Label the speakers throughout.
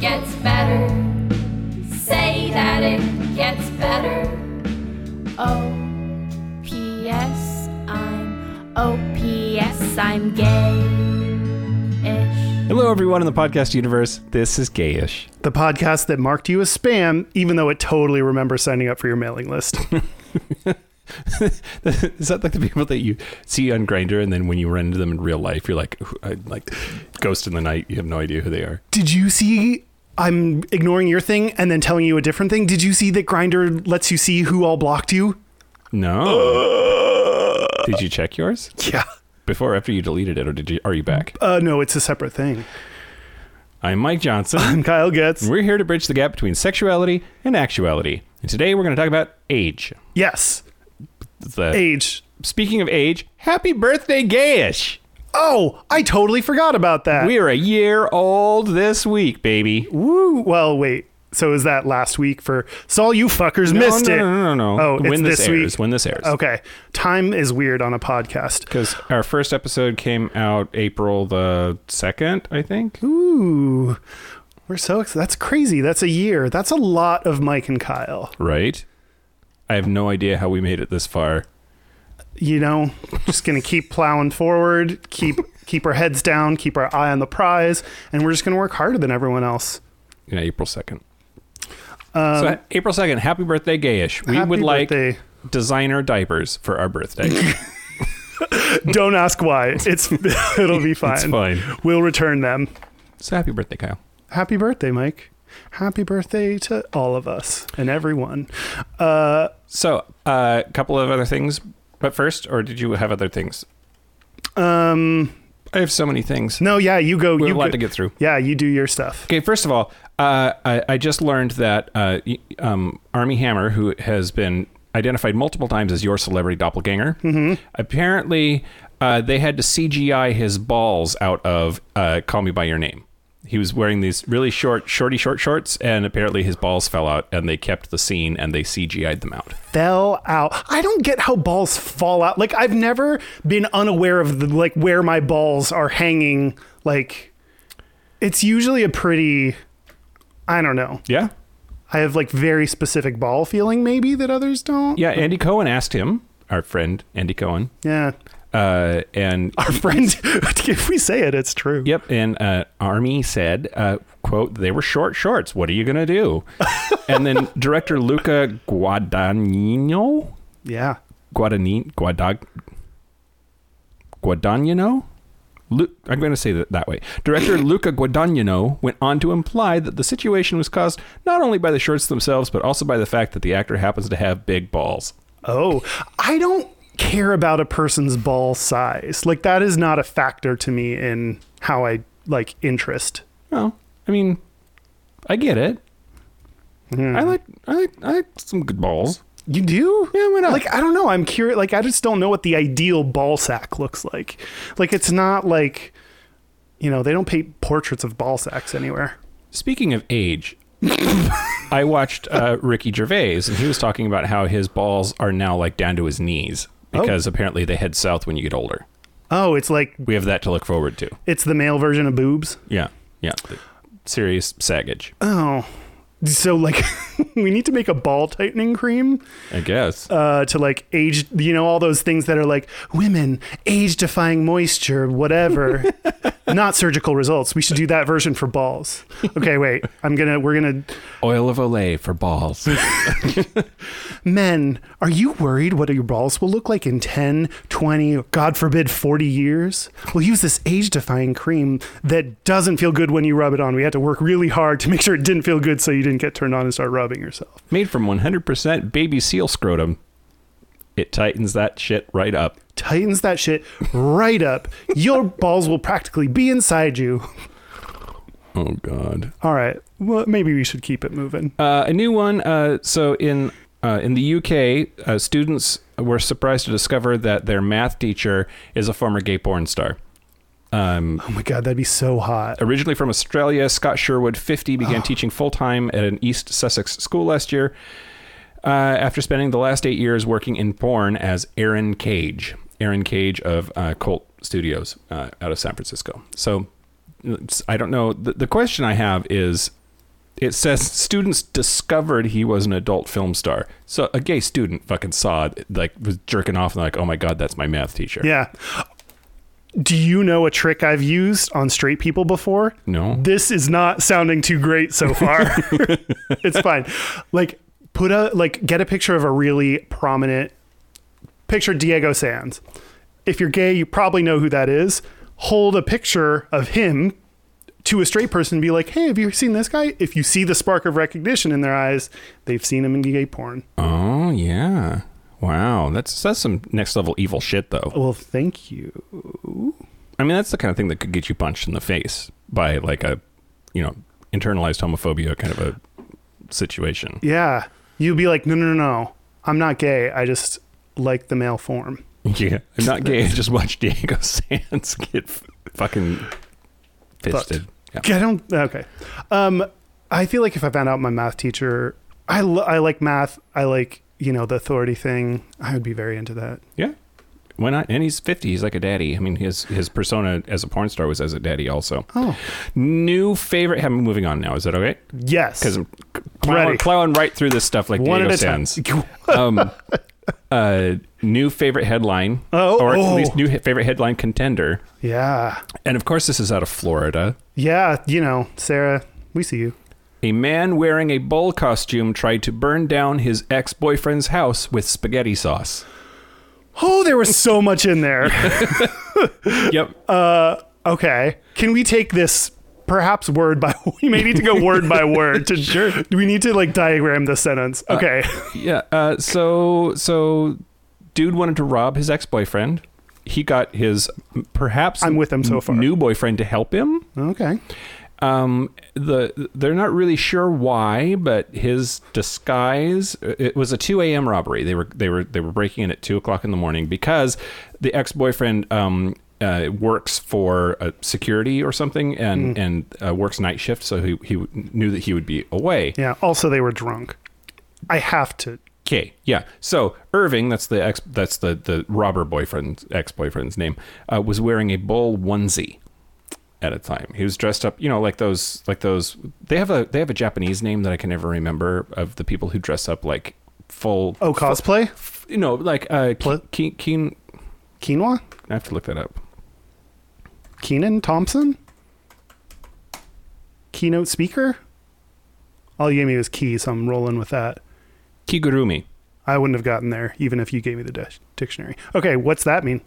Speaker 1: gets better. Say that it gets better. Oh, P.S. I'm, oh, P.S. I'm gay-ish.
Speaker 2: Hello, everyone in the podcast universe. This is Gayish.
Speaker 3: The podcast that marked you as spam, even though it totally remembers signing up for your mailing list.
Speaker 2: is that like the people that you see on Grinder, and then when you run into them in real life, you're like, "Who- I, like ghost in the night. You have no idea who they are.
Speaker 3: Did you see? I'm ignoring your thing and then telling you a different thing. Did you see that Grinder lets you see who all blocked you?
Speaker 2: No. did you check yours
Speaker 3: Yeah.
Speaker 2: before or after you deleted it, or did you? Are you back?
Speaker 3: Uh, no, it's a separate thing.
Speaker 2: I'm Mike Johnson.
Speaker 3: I'm Kyle Getz.
Speaker 2: We're here to bridge the gap between sexuality and actuality. And today we're going to talk about age.
Speaker 3: Yes.
Speaker 2: The-
Speaker 3: Age.
Speaker 2: Speaking of age, happy birthday, Gayish!
Speaker 3: Oh, I totally forgot about that.
Speaker 2: We are a year old this week, baby.
Speaker 3: Woo. Well, wait. So is that last week for? So all you fuckers missed
Speaker 2: no,
Speaker 3: it.
Speaker 2: No, no, no, no.
Speaker 3: Oh, it's
Speaker 2: when this,
Speaker 3: this
Speaker 2: airs,
Speaker 3: week. Oh.
Speaker 2: when this airs.
Speaker 3: Okay. Time is weird on a podcast.
Speaker 2: Because our first episode came out April the 2nd, I think.
Speaker 3: Ooh. We're so excited. That's crazy. That's a year. That's a lot of Mike and Kyle.
Speaker 2: Right? I have no idea how we made it this far.
Speaker 3: you know, just gonna keep plowing forward, keep keep our heads down, keep our eye on the prize, and we're just gonna work harder than everyone else.
Speaker 2: Yeah, April 2nd. so, ha- April 2nd, happy birthday, Gayish. We
Speaker 3: Um, Happy
Speaker 2: would like
Speaker 3: birthday.
Speaker 2: designer diapers for our birthday.
Speaker 3: Don't ask why. It's it'll be fine.
Speaker 2: it's fine.
Speaker 3: We'll return them.
Speaker 2: So, happy birthday, Kyle.
Speaker 3: Happy birthday, Mike. Happy birthday to all of us and everyone. Uh,
Speaker 2: So, a couple of other things, but first, or did you have other things?
Speaker 3: um,
Speaker 2: I have so many things.
Speaker 3: no, yeah, you go.
Speaker 2: we
Speaker 3: you
Speaker 2: have a lot
Speaker 3: go-
Speaker 2: to get through.
Speaker 3: Yeah, you do your stuff.
Speaker 2: Okay, first of all, uh, I, I just learned that uh, y- um, Army Hammer, who has been identified multiple times as your celebrity doppelganger, apparently uh, they had to CGI his balls out of uh, "Call Me by Your Name." He was wearing these really short, shorty short shorts, and apparently his balls fell out, and they kept the scene and they CGI'd them out.
Speaker 3: Fell out. I don't get how balls fall out. Like I've never been unaware of the like where my balls are hanging. Like it's usually a pretty I don't know.
Speaker 2: Yeah,
Speaker 3: I have like very specific ball feeling maybe that others don't.
Speaker 2: yeah. Andy Cohen asked him, our friend Andy Cohen,
Speaker 3: Yeah.
Speaker 2: uh, and
Speaker 3: Our friend if we say it, it's true.
Speaker 2: Yep, and uh, Army said, uh, "quote They were short shorts. What are you gonna do?" and then director Luca Guadagnino,
Speaker 3: Yeah.
Speaker 2: Guadagnino, Guadag, Guadagnino. Lu- I'm going to say that that way. Director Luca Guadagnino went on to imply that the situation was caused not only by the shorts themselves, but also by the fact that the actor happens to have big balls.
Speaker 3: Oh. I don't care about a person's ball size. Like that is not a factor to me in how I like interest.
Speaker 2: Well, I mean, I get it. I like I like I like some good balls.
Speaker 3: You do?
Speaker 2: Yeah, why not?
Speaker 3: Like I don't know. I'm curious. Like I just don't know what the ideal ball sack looks like. Like it's not like, you know, they don't paint portraits of ball sacks anywhere.
Speaker 2: Speaking of age, I watched uh, Ricky Gervais, and he was talking about how his balls are now like down to his knees because apparently they head south when you get older.
Speaker 3: Oh, it's like
Speaker 2: We have that to look forward to.
Speaker 3: it's the male version of boobs.
Speaker 2: Yeah, Uh, yeah. Serious saggage,
Speaker 3: Oh, so like we need to make a ball tightening cream
Speaker 2: I guess.
Speaker 3: uh, to like age. You know, all those things that are like women age defying moisture, whatever. not surgical results. We should do that version for balls. Okay, wait. I'm gonna. We're gonna.
Speaker 2: Oil of Olay for balls.
Speaker 3: Men, are you worried what your balls will look like in 10, 20, God forbid, 40 years? We'll use this age defying cream that doesn't feel good when you rub it on. We had to work really hard to make sure it didn't feel good so you didn't get turned on and start rubbing yourself.
Speaker 2: Made from 100% baby seal scrotum. It tightens that shit right up.
Speaker 3: Tightens that shit right up. Your balls will practically be inside you.
Speaker 2: Oh, God.
Speaker 3: All right. Well, maybe we should keep it moving.
Speaker 2: Uh, a new one. Uh, so in uh, in the UK, uh, students were surprised to discover that their math teacher is a former gay porn star. Um,
Speaker 3: Oh my God, that'd be so hot.
Speaker 2: originally from Australia, Scott Sherwood, 50, began teaching full time at an East Sussex school last year. Uh, after spending the last eight years working in porn as Aaron Cage, Aaron Cage of uh, Colt Studios uh, out of San Francisco. So it's- I don't know. The, the question I have is It says students discovered he was an adult film star. So a gay student fucking saw it, like was jerking off and like, oh my god, that's my math teacher.
Speaker 3: Yeah. Do you know a trick I've used on straight people before?
Speaker 2: No.
Speaker 3: This is not sounding too great so far. it's fine. Like put a like get a picture of a really prominent picture Diego Sands. If you're gay, you probably know who that is. Hold a picture of him to a straight person and be like, "Hey, have you seen this guy?" If you see the spark of recognition in their eyes, they've seen him in gay porn.
Speaker 2: Oh yeah. Wow. That's that's some next level evil shit though.
Speaker 3: Well, thank you.
Speaker 2: I mean, that's the kind of thing that could get you punched in the face by like a, you know, internalized homophobia kind of a situation.
Speaker 3: Yeah. You'd be like, no, no, no, no. I'm not gay. I just like the male form.
Speaker 2: Yeah, I'm not gay. I just watched Diego Sands get f- fucking fisted. Yeah.
Speaker 3: I don't. Okay. Um, I feel like if I found out my math teacher, I, l- I like math. I like, you know, the authority thing. I would be very into that.
Speaker 2: yeah, why not? And he's 50. He's like a daddy. I mean, his his persona as a porn star was as a daddy also.
Speaker 3: Oh.
Speaker 2: New favorite. I'm moving on now. Is that okay?
Speaker 3: Yes.
Speaker 2: Because I'm plowing,
Speaker 3: Ready.
Speaker 2: plowing right through this stuff like
Speaker 3: one at
Speaker 2: Diego
Speaker 3: a time.
Speaker 2: Sands. um, uh, new favorite headline,
Speaker 3: Oh,
Speaker 2: or
Speaker 3: oh.
Speaker 2: at least new he- favorite headline contender.
Speaker 3: yeah.
Speaker 2: And of course, this is out of Florida.
Speaker 3: Yeah. You know, Sarah, we see you.
Speaker 2: A man wearing a bull costume tried to burn down his ex boyfriend's house with spaghetti sauce.
Speaker 3: Oh, there was so much in there.
Speaker 2: Yep.
Speaker 3: Uh, Okay. Can we take this perhaps word by we may need to go word by word to sure. Do we need to like diagram this sentence? Okay.
Speaker 2: yeah. Uh, so, so, dude wanted to rob his ex boyfriend. He got his perhaps
Speaker 3: I'm with him so far.
Speaker 2: new boyfriend to help him.
Speaker 3: okay.
Speaker 2: Um, the they're not really sure why, but his disguise it was a two a.m. robbery. They were they were they were breaking in at two o'clock in the morning because the ex boyfriend um uh, works for uh, security or something and and uh, works night shift, so he he knew that he would be away.
Speaker 3: Yeah. Also, they were drunk. I have to.
Speaker 2: Okay, yeah. So Irving, that's the ex, that's the the robber boyfriend, ex boyfriend's name, uh, was wearing a bull onesie at a time. He was dressed up, you know, like those like those. They have a they have a Japanese name that I can never remember of the people who dress up like full,
Speaker 3: Oh, cosplay?
Speaker 2: you know, like uh,
Speaker 3: Pl-
Speaker 2: Keen. Keen
Speaker 3: Quinoa?
Speaker 2: I have to look that up.
Speaker 3: Keenan Thompson? Keynote speaker? All you gave me was key, so I'm rolling with that.
Speaker 2: Kigurumi.
Speaker 3: I wouldn't have gotten there, even if you gave me the dish- dictionary. Okay, what's that mean?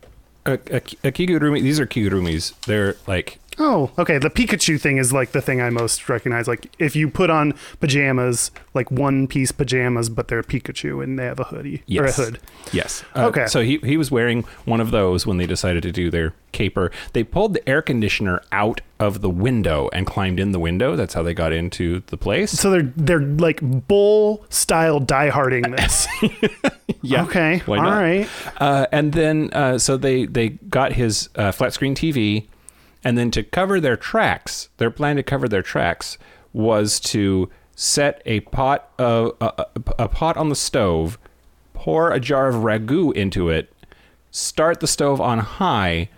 Speaker 2: A, a, a uh, kigurumi. These are kigurumis. They're like
Speaker 3: Oh, okay. The Pikachu thing is like the thing I most recognize. Like, if you put on pajamas, like one piece pajamas, but they're Pikachu and they have a hoodie or a
Speaker 2: Yes.
Speaker 3: hood.
Speaker 2: Yes. Uh,
Speaker 3: Okay.
Speaker 2: So he, he was wearing one of those when they decided to do their caper. They pulled the air conditioner out of the window and climbed in the window. That's how they got into the place.
Speaker 3: So they're they're like bull style dieharding this.
Speaker 2: Yeah.
Speaker 3: okay, all
Speaker 2: Why
Speaker 3: right.
Speaker 2: not? Uh, and then uh, so they they got his uh, flat screen TV, and then to cover their tracks, their plan to cover their tracks was to set a pot of a, a, a pot on the stove, pour a jar of ragu into it, start the stove on high,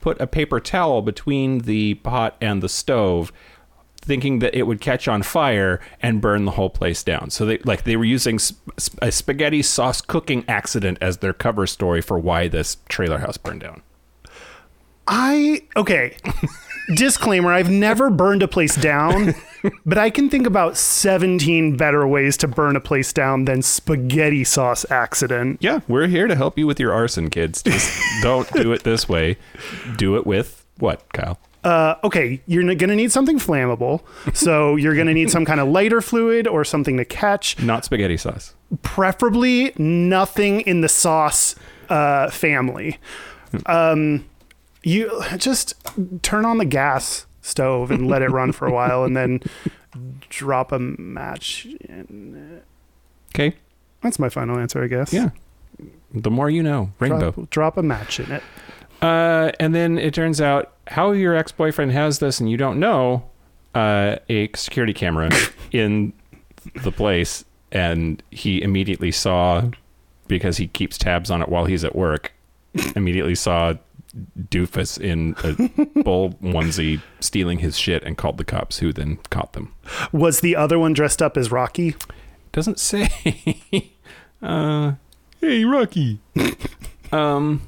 Speaker 2: put a paper towel between the pot and the stove. Thinking that it would catch on fire and burn the whole place down, so they like they were using sp- sp- a spaghetti sauce cooking accident as their cover story for why this trailer house burned down.
Speaker 3: I okay. Disclaimer: I've never burned a place down, but I can think about 17 better ways to burn a place down than spaghetti sauce accident.
Speaker 2: Yeah, we're here to help you with your arson, kids. Just don't do it this way. Do it with what, Kyle?
Speaker 3: Uh, okay, you're n- gonna need something flammable, so you're gonna need some kind of lighter fluid or something to catch.
Speaker 2: Not spaghetti sauce.
Speaker 3: preferably nothing in the sauce uh, family. Um, you just turn on the gas stove and let it run for a while, and then drop a match.
Speaker 2: Okay.
Speaker 3: That's my final answer, I guess.
Speaker 2: Yeah. The more you know. Rainbow.
Speaker 3: Drop, drop a match in it.
Speaker 2: Uh, and then it turns out how your ex boyfriend has this and you don't know uh, a security camera in the place. And he immediately saw, because he keeps tabs on it while he's at work, immediately saw doofus in a bull onesie stealing his shit and called the cops, who then caught them.
Speaker 3: Was the other one dressed up as Rocky?
Speaker 2: Doesn't say. uh, hey, Rocky. um,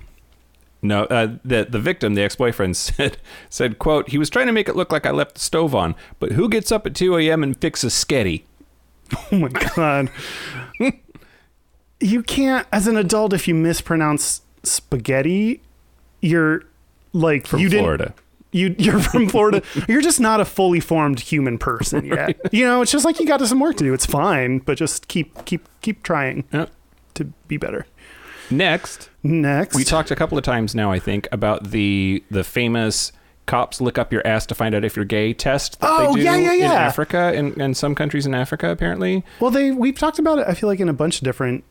Speaker 2: no, uh, the the victim, the ex boyfriend, said said quote He was trying to make it look like I left the stove on, but who gets up at two a.m. and fixes sketty?
Speaker 3: Oh my god. you can't as an adult if you mispronounce spaghetti, you're like
Speaker 2: From
Speaker 3: you didn't-
Speaker 2: Florida.
Speaker 3: you you're from Florida. You're just not a fully formed human person yet. You know, it's just like you got some work to do. It's fine, but just keep keep keep trying
Speaker 2: Yeah.
Speaker 3: to be better.
Speaker 2: Next.
Speaker 3: Next,
Speaker 2: We talked a couple of times now, I think, about the the famous cops lick up your ass to find out if you're gay test that
Speaker 3: Oh,
Speaker 2: they do
Speaker 3: yeah, yeah,
Speaker 2: in
Speaker 3: yeah.
Speaker 2: Africa and in, some countries in Africa apparently.
Speaker 3: Well, they we've talked about it. I feel like in a bunch of different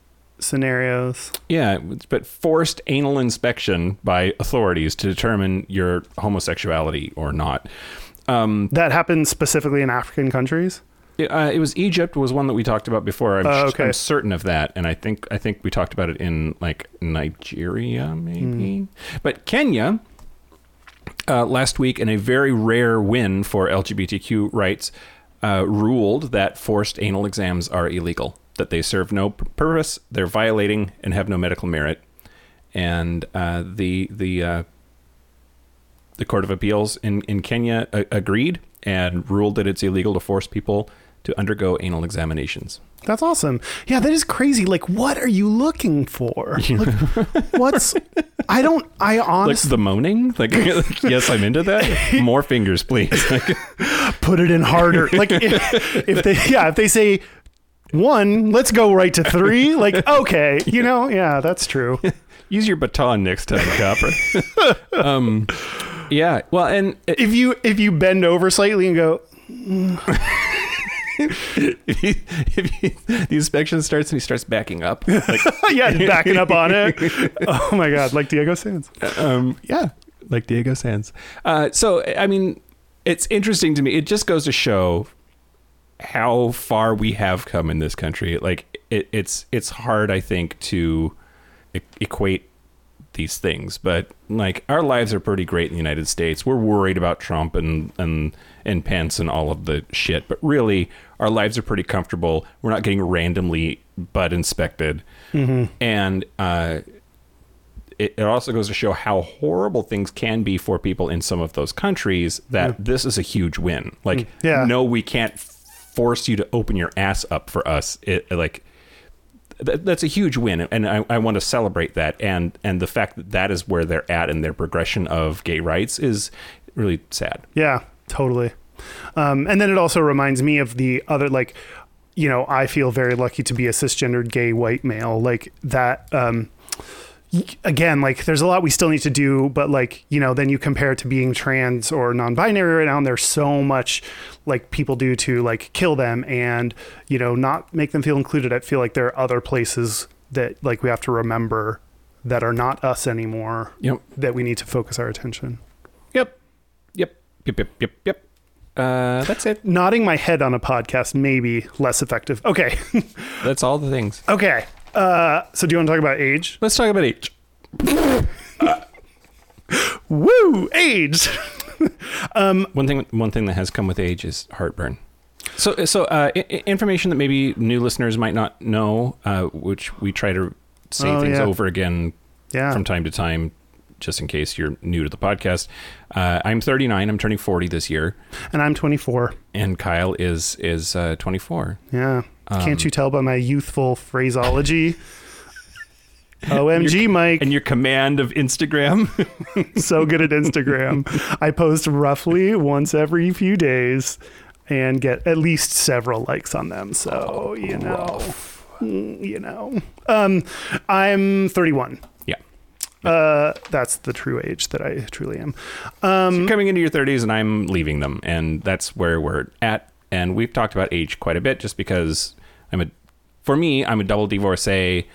Speaker 3: scenarios.
Speaker 2: Yeah, it's- but forced anal inspection by authorities to determine your homosexuality or not. Um,
Speaker 3: That happens specifically in African countries.
Speaker 2: it, uh, it was Egypt was one that we talked about before. I'm,
Speaker 3: Oh,
Speaker 2: sh-
Speaker 3: okay.
Speaker 2: I'm certain of that, and I think I think we talked about it in like Nigeria
Speaker 3: Hmm.
Speaker 2: maybe, but Kenya. uh, last week in a very rare win for LGBTQ rights, uh, ruled that forced anal exams are illegal, that they serve no p- purpose, they're violating, and have no medical merit. And uh, the the uh, the Court of Appeals in in Kenya a- agreed and ruled that it's illegal to force people to undergo anal examinations.
Speaker 3: That's awesome. Yeah, that is crazy. Like, what are you looking for? Like, what's? I don't. I
Speaker 2: Like
Speaker 3: honestly
Speaker 2: the moaning, like yes, I'm into that. More fingers, please. Like,
Speaker 3: put it in harder. Like, if, if they yeah, if they say one, let's go right to three. Like, okay, you know, yeah, that's true.
Speaker 2: Use your baton next time, copper. um, yeah. Well, and uh,
Speaker 3: If you if you bend over slightly and go,
Speaker 2: if, he, if he, the inspection starts and he starts backing up, like,
Speaker 3: yeah, backing up on it. Oh my god, like Diego Sands.
Speaker 2: um, yeah, like Diego Sands. Uh, so, I mean, it's interesting to me. It just goes to show how far we have come in this country. Like, it, it's it's hard, I think, to e- equate these things, but like our lives are pretty great in the United States. We're worried about Trump and and and Pence and all of the shit, but really our lives are pretty comfortable. We're not getting randomly butt inspected, and uh, it, it also goes to show how horrible things can be for people in some of those countries. That this is a huge win. Like,
Speaker 3: Yeah.
Speaker 2: no, we can't f- force you to open your ass up for us. It like that, that's a huge win, and I, I want to celebrate that. And and the fact that that is where they're at in their progression of gay rights is really sad.
Speaker 3: Yeah, totally. Um, and then it also reminds me of the other, like, you know, I feel very lucky to be a cisgendered gay white male. Like that, um, y- again, like, there's a lot we still need to do, but like, you know, then you compare it to being trans or non binary right now, and there's so much like people do to like kill them and, you know, not make them feel included. I feel like there are other places that like we have to remember that are not us anymore
Speaker 2: Yep.
Speaker 3: that we need to focus our attention.
Speaker 2: Yep. Yep. Yep. Yep. Yep. Yep. Uh, that's it.
Speaker 3: nodding my head on a podcast may be less effective. Okay.
Speaker 2: That's all the things.
Speaker 3: okay. Uh, so do you want to talk about age?
Speaker 2: Let's talk about each.
Speaker 3: Woo! Age!
Speaker 2: One thing. One thing that has come with age is heartburn. So, so uh, i- i- information that maybe new listeners might not know, uh, which we try to say
Speaker 3: Oh,
Speaker 2: things
Speaker 3: yeah.
Speaker 2: over again
Speaker 3: Yeah.
Speaker 2: from time to time, just in case you're new to the podcast. Uh, I'm 39. I'm turning 40 this year,
Speaker 3: and I'm 24.
Speaker 2: and Kyle is is uh, 24.
Speaker 3: Yeah. Can't you tell by my youthful phraseology? OMG, Mike.
Speaker 2: And your command of Instagram.
Speaker 3: so good at Instagram. I post roughly once every few days and get at least several likes on them. So, you know. Mm, You know. Um, I'm 31.
Speaker 2: yeah,
Speaker 3: Uh, that's the true age that I truly am.
Speaker 2: you're coming into your 30s, and I'm leaving them, and that's where we're at. And we've talked about age quite a bit, just because I'm a, for me, I'm a double divorcee,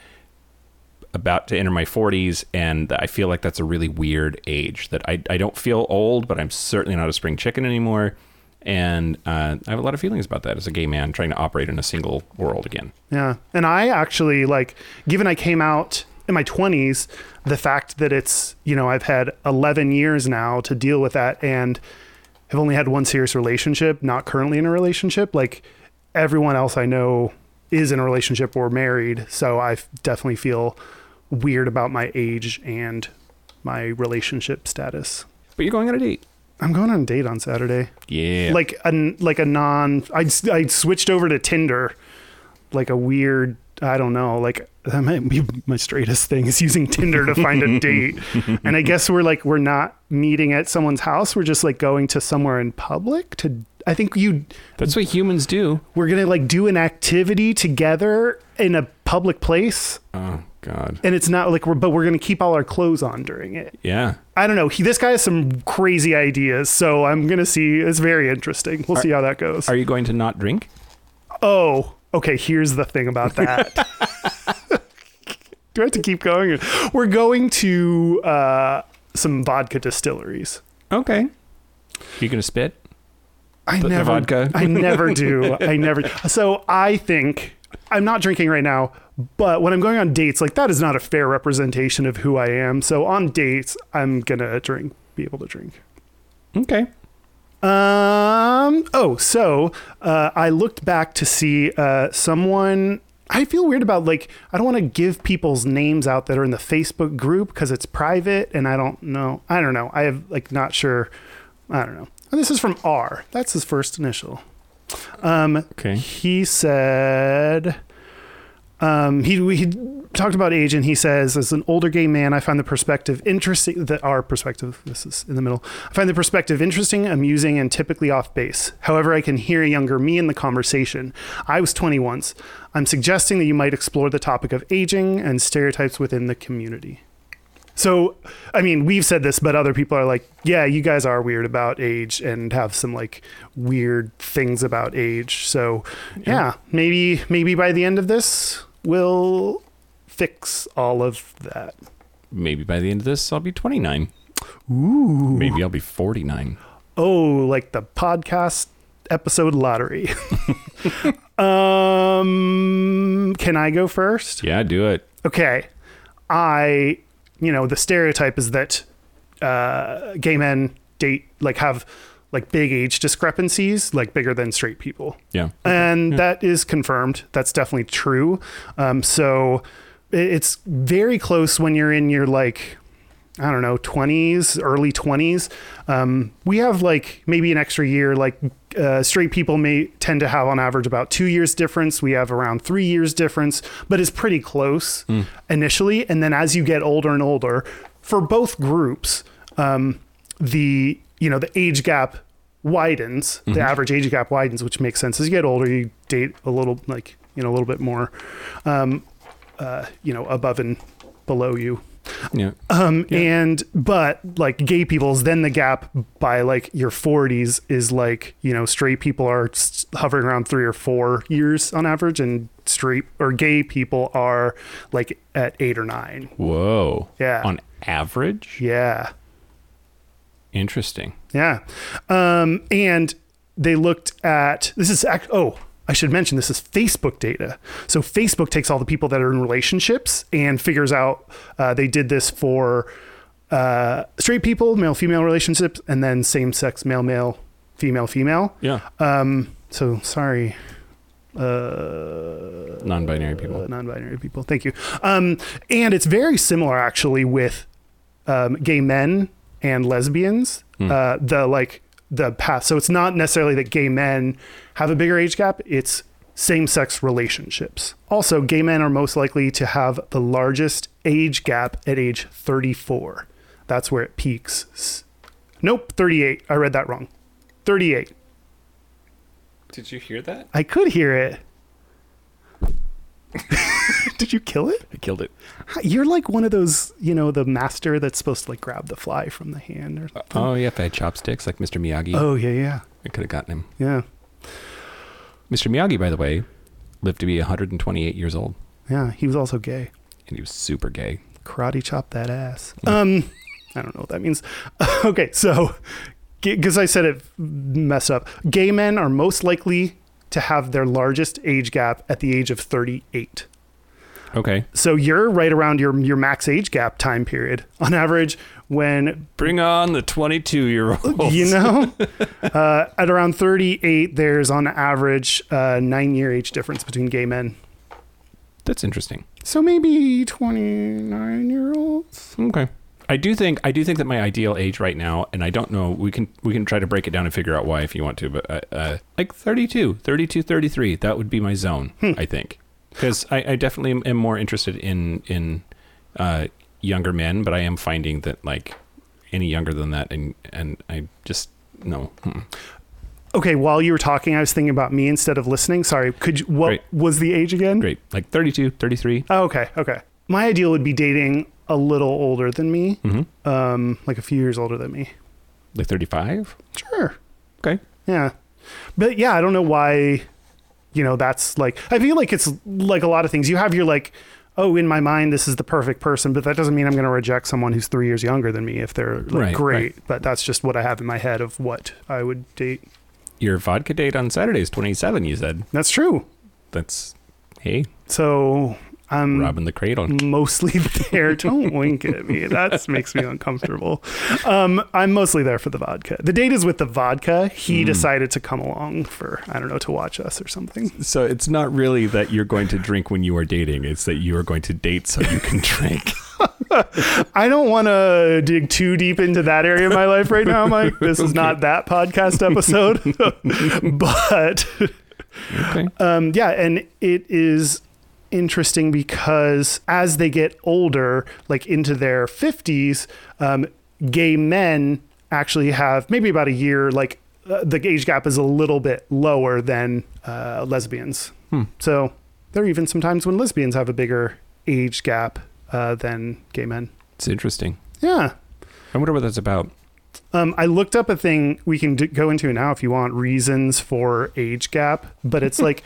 Speaker 2: about to enter my 40s, and I feel like that's a really weird age. That I I don't feel old, but I'm certainly not a spring chicken anymore. And uh, I have a lot of feelings about that as a gay man trying to operate in a single world again.
Speaker 3: Yeah. And I actually like given I came out in my 20s the fact that it's you know i've had 11 years now to deal with that and have only had one serious relationship not currently in a relationship like everyone else i know is in a relationship or married so i f- definitely feel weird about my age and my relationship status
Speaker 2: But you're going on a date.
Speaker 3: i'm going on a date on saturday
Speaker 2: Yeah.
Speaker 3: like a like a non I I switched over to Tinder like a weird I don't know like that might be my straightest thing is using Tinder to find a date and I guess we're like we're not meeting at someone's house we're just like going to somewhere in public to I think you
Speaker 2: that's what humans do.
Speaker 3: we're gonna like do an activity together in a public place
Speaker 2: Oh God.
Speaker 3: and it's not like we're but we're gonna keep all our clothes on during it
Speaker 2: Yeah.
Speaker 3: I don't know he, this guy has some crazy ideas so I'm gonna see it's very interesting we'll see how that goes
Speaker 2: Are you going to not drink?
Speaker 3: Oh, okay. Here's the thing about that. Do I have to keep going? We're going to uh, some vodka distilleries.
Speaker 2: Okay. You gonna spit?
Speaker 3: I
Speaker 2: the
Speaker 3: never,
Speaker 2: vodka?
Speaker 3: I never do. I never. So I think I'm not drinking right now. But when I'm going on dates, like that is not a fair representation of who I am. So on dates, I'm gonna drink, be able to drink.
Speaker 2: Okay.
Speaker 3: Um. Oh, so uh, I looked back to see uh, someone. I feel weird about like I don't want to give people's names out that are in the Facebook group because it's private, and I don't know. I don't know. I have like not sure. I don't know. And this is from R. That's his first initial. Um,
Speaker 2: Okay.
Speaker 3: he said um, he, he talked about age and he says as an older gay man i find the perspective interesting that our perspective this is in the middle i find the perspective interesting amusing and typically off base however i can hear a younger me in the conversation i was 20 once i'm suggesting that you might explore the topic of aging and stereotypes within the community so, I mean, we've said this, but other people are like, yeah, you guys are weird about age and have some like weird things about age. So, yeah, maybe maybe by the end of this, we'll fix all of that.
Speaker 2: Maybe by the end of this, I'll be 29. Ooh. Maybe I'll be 49.
Speaker 3: Oh, like the podcast episode lottery. um, can I go first?
Speaker 2: Yeah, do it.
Speaker 3: okay, I, you know, the stereotype is that uh, gay men date, like, have like big age discrepancies, like bigger than straight people.
Speaker 2: Yeah.
Speaker 3: And that is confirmed. That's definitely true. Um, so i- it's very close when you're in your like, I don't know, 20s, early 20s. Um, we have like maybe an extra year. Like uh, straight people may tend to have on average about two years difference. We have around three years difference, but it's pretty close initially. And then as you get older and older, for both groups, um, the you know the age gap widens the average age gap widens which makes sense as you get older you date a little like you know a little bit more um uh you know above and below you
Speaker 2: Yeah.
Speaker 3: um and but like gay people's then the gap by like your 40s is like you know straight people are s- hovering around 3 or 4 years on average and straight or gay people are like at 8 or 9
Speaker 2: Whoa.
Speaker 3: Yeah.
Speaker 2: On average?
Speaker 3: yeah
Speaker 2: Interesting.
Speaker 3: Yeah. Um, and they looked at this is act, oh I should mention this is Facebook data. So Facebook takes all the people that are in relationships and figures out uh, they did this for uh, straight people, male female relationships, and then same sex male male, female female.
Speaker 2: Yeah.
Speaker 3: Um, so sorry, uh,
Speaker 2: non binary people.
Speaker 3: uh, non-binary people. Thank you. Um, and it's very similar actually with um, gay men and lesbians. Uh, the like the past. So it's not necessarily that gay men have a bigger age gap. It's same-sex relationships. Also, gay men are most likely to have the largest age gap at age 34. That's where it peaks. S- Nope, 38. I read that wrong. 38.
Speaker 2: Did you hear that?
Speaker 3: I could hear it. Did you kill it?
Speaker 2: I killed it.
Speaker 3: You're like one of those, you know, the master that's supposed to like grab the fly from the hand or something.
Speaker 2: Oh, yeah. If I had chopsticks like Mr. Miyagi,
Speaker 3: oh yeah, yeah,
Speaker 2: I could have gotten him.
Speaker 3: yeah,
Speaker 2: Mr. Miyagi, by the way, lived to be 128 years old,
Speaker 3: yeah. He was also gay.
Speaker 2: and he was super gay.
Speaker 3: Karate chop that ass. Um, I don't know what that means. okay, so because I said it messed up. Gay men are most likely to have their largest age gap at the age of 38.
Speaker 2: Okay.
Speaker 3: So you're right around your your max age gap time period. On average, when
Speaker 2: Bring on the 22 year old.
Speaker 3: you know uh, at around 38 there's on average a 9 year age difference between gay men.
Speaker 2: That's interesting.
Speaker 3: So maybe 29 year olds.
Speaker 2: Okay. I do think I do think that my ideal age right now, and I don't know. We can we can try to break it down and figure out why if you want to, but uh, uh, like 32, 32, 33, that would be my zone. I think because I, I definitely am more interested in in uh, younger men, but I am finding that like any younger than that, and and I just no. Mm-mm.
Speaker 3: Okay, while you were talking I was thinking about me instead of listening. Sorry. Could you, what
Speaker 2: Great.
Speaker 3: was the age again?
Speaker 2: Great, like 32, 33.
Speaker 3: Oh, okay, okay. My ideal would be dating a little older than me, um, like a few years older than me.
Speaker 2: like 35
Speaker 3: Sure.
Speaker 2: okay
Speaker 3: Yeah. But yeah, I don't know why, you know, that's like, I feel like it's like a lot of things. You have your like, oh, in my mind, this is the perfect person, but that doesn't mean I'm going to reject someone who's three years younger than me if they're like,
Speaker 2: Right,
Speaker 3: great.
Speaker 2: right.
Speaker 3: But that's just what I have in my head of what I would date.
Speaker 2: your vodka date on saturday is 27 you said
Speaker 3: That's true.
Speaker 2: that's hey
Speaker 3: So I'm
Speaker 2: robbing the cradle
Speaker 3: mostly there. Don't wink at me. That makes me uncomfortable. Um, I'm mostly there for the vodka. The date is with the vodka. He
Speaker 2: Hmm.
Speaker 3: decided to come along for, I don't know, to watch us or something.
Speaker 2: so it's not really that you're going to drink when you are dating it's that you are going to date so you can drink
Speaker 3: I don't want to dig too deep into that area of my life right now, Mike. This is not that podcast episode. but
Speaker 2: okay
Speaker 3: um, yeah, and it is interesting because as they get older, like into their 50s, um, gay men actually have maybe about a year, like uh, the age gap is a little bit lower than uh, lesbians. So there are even sometimes when lesbians have a bigger age gap uh, than gay men.
Speaker 2: it's interesting
Speaker 3: Yeah.
Speaker 2: i wonder what that's about
Speaker 3: Um, I looked up a thing we can d- go into now if you want reasons for age gap, but it's like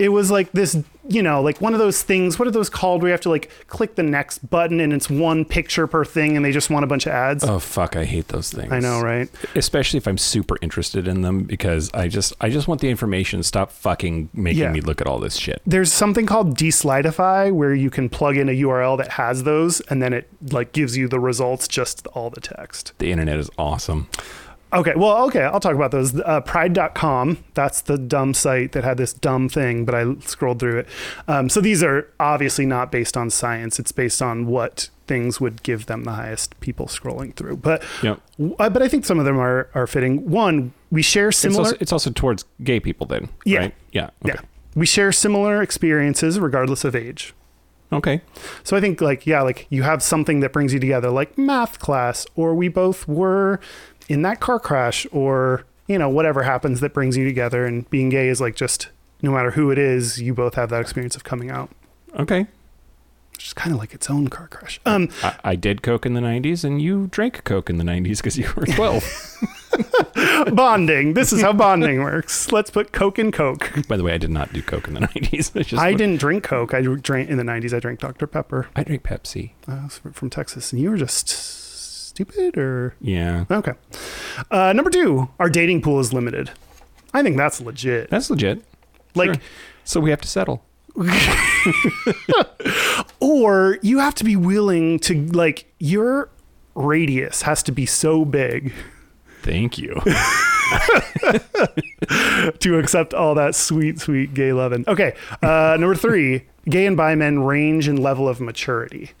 Speaker 3: it was like this, you know, like one of those things. What are those called? Where you have to like click the next button and it's one picture per thing, and they just want a bunch of ads.
Speaker 2: oh fuck i hate those things
Speaker 3: I know, right?
Speaker 2: especially if i'm super interested in them because i just i just want the information stop fucking making
Speaker 3: Yeah.
Speaker 2: me look at all this shit
Speaker 3: There's something called Deslidify where you can plug in a URL that has those, and then it like gives you the results just all the text.
Speaker 2: the internet is awesome
Speaker 3: Okay, well, okay, I'll talk about those. Uh, pride.com, that's the dumb site that had this dumb thing, but I scrolled through it. Um, so these are obviously not based on science, it's based on what things would give them the highest people scrolling through. But
Speaker 2: Yep.
Speaker 3: w- uh, but I think some of them are, are fitting. One, we share
Speaker 2: it's
Speaker 3: similar.
Speaker 2: also, it's also towards gay people then
Speaker 3: Yeah.
Speaker 2: right yeah okay,
Speaker 3: yeah. We share similar experiences regardless of age.
Speaker 2: okay.
Speaker 3: So I think like yeah, like you have something that brings you together, like math class, or we both were in that car crash, or you know whatever happens that brings you together. And being gay is like just no matter who it is, you both have that experience of coming out,
Speaker 2: Okay.
Speaker 3: which is kind of like its own car crash. Um,
Speaker 2: I, I did Coke in the 90s and you drank Coke in the 90s because you were 12.
Speaker 3: bonding. This is how bonding works. Let's put Coke in Coke.
Speaker 2: By the way, I did not do Coke in the 90s. I, just,
Speaker 3: I didn't drink Coke. I drank in the '90s. I drank Dr Pepper.
Speaker 2: I drank Pepsi.
Speaker 3: I was from Texas, and you were just stupid, or
Speaker 2: Yeah.
Speaker 3: okay. Uh, number two, our dating pool is limited. I think that's legit.
Speaker 2: That's legit.
Speaker 3: Like,
Speaker 2: Sure. So we have to settle.
Speaker 3: or you have to be willing to like your radius has to be so big
Speaker 2: Thank you.
Speaker 3: to accept all that sweet sweet gay loving okay uh number three gay and bi men range and level of maturity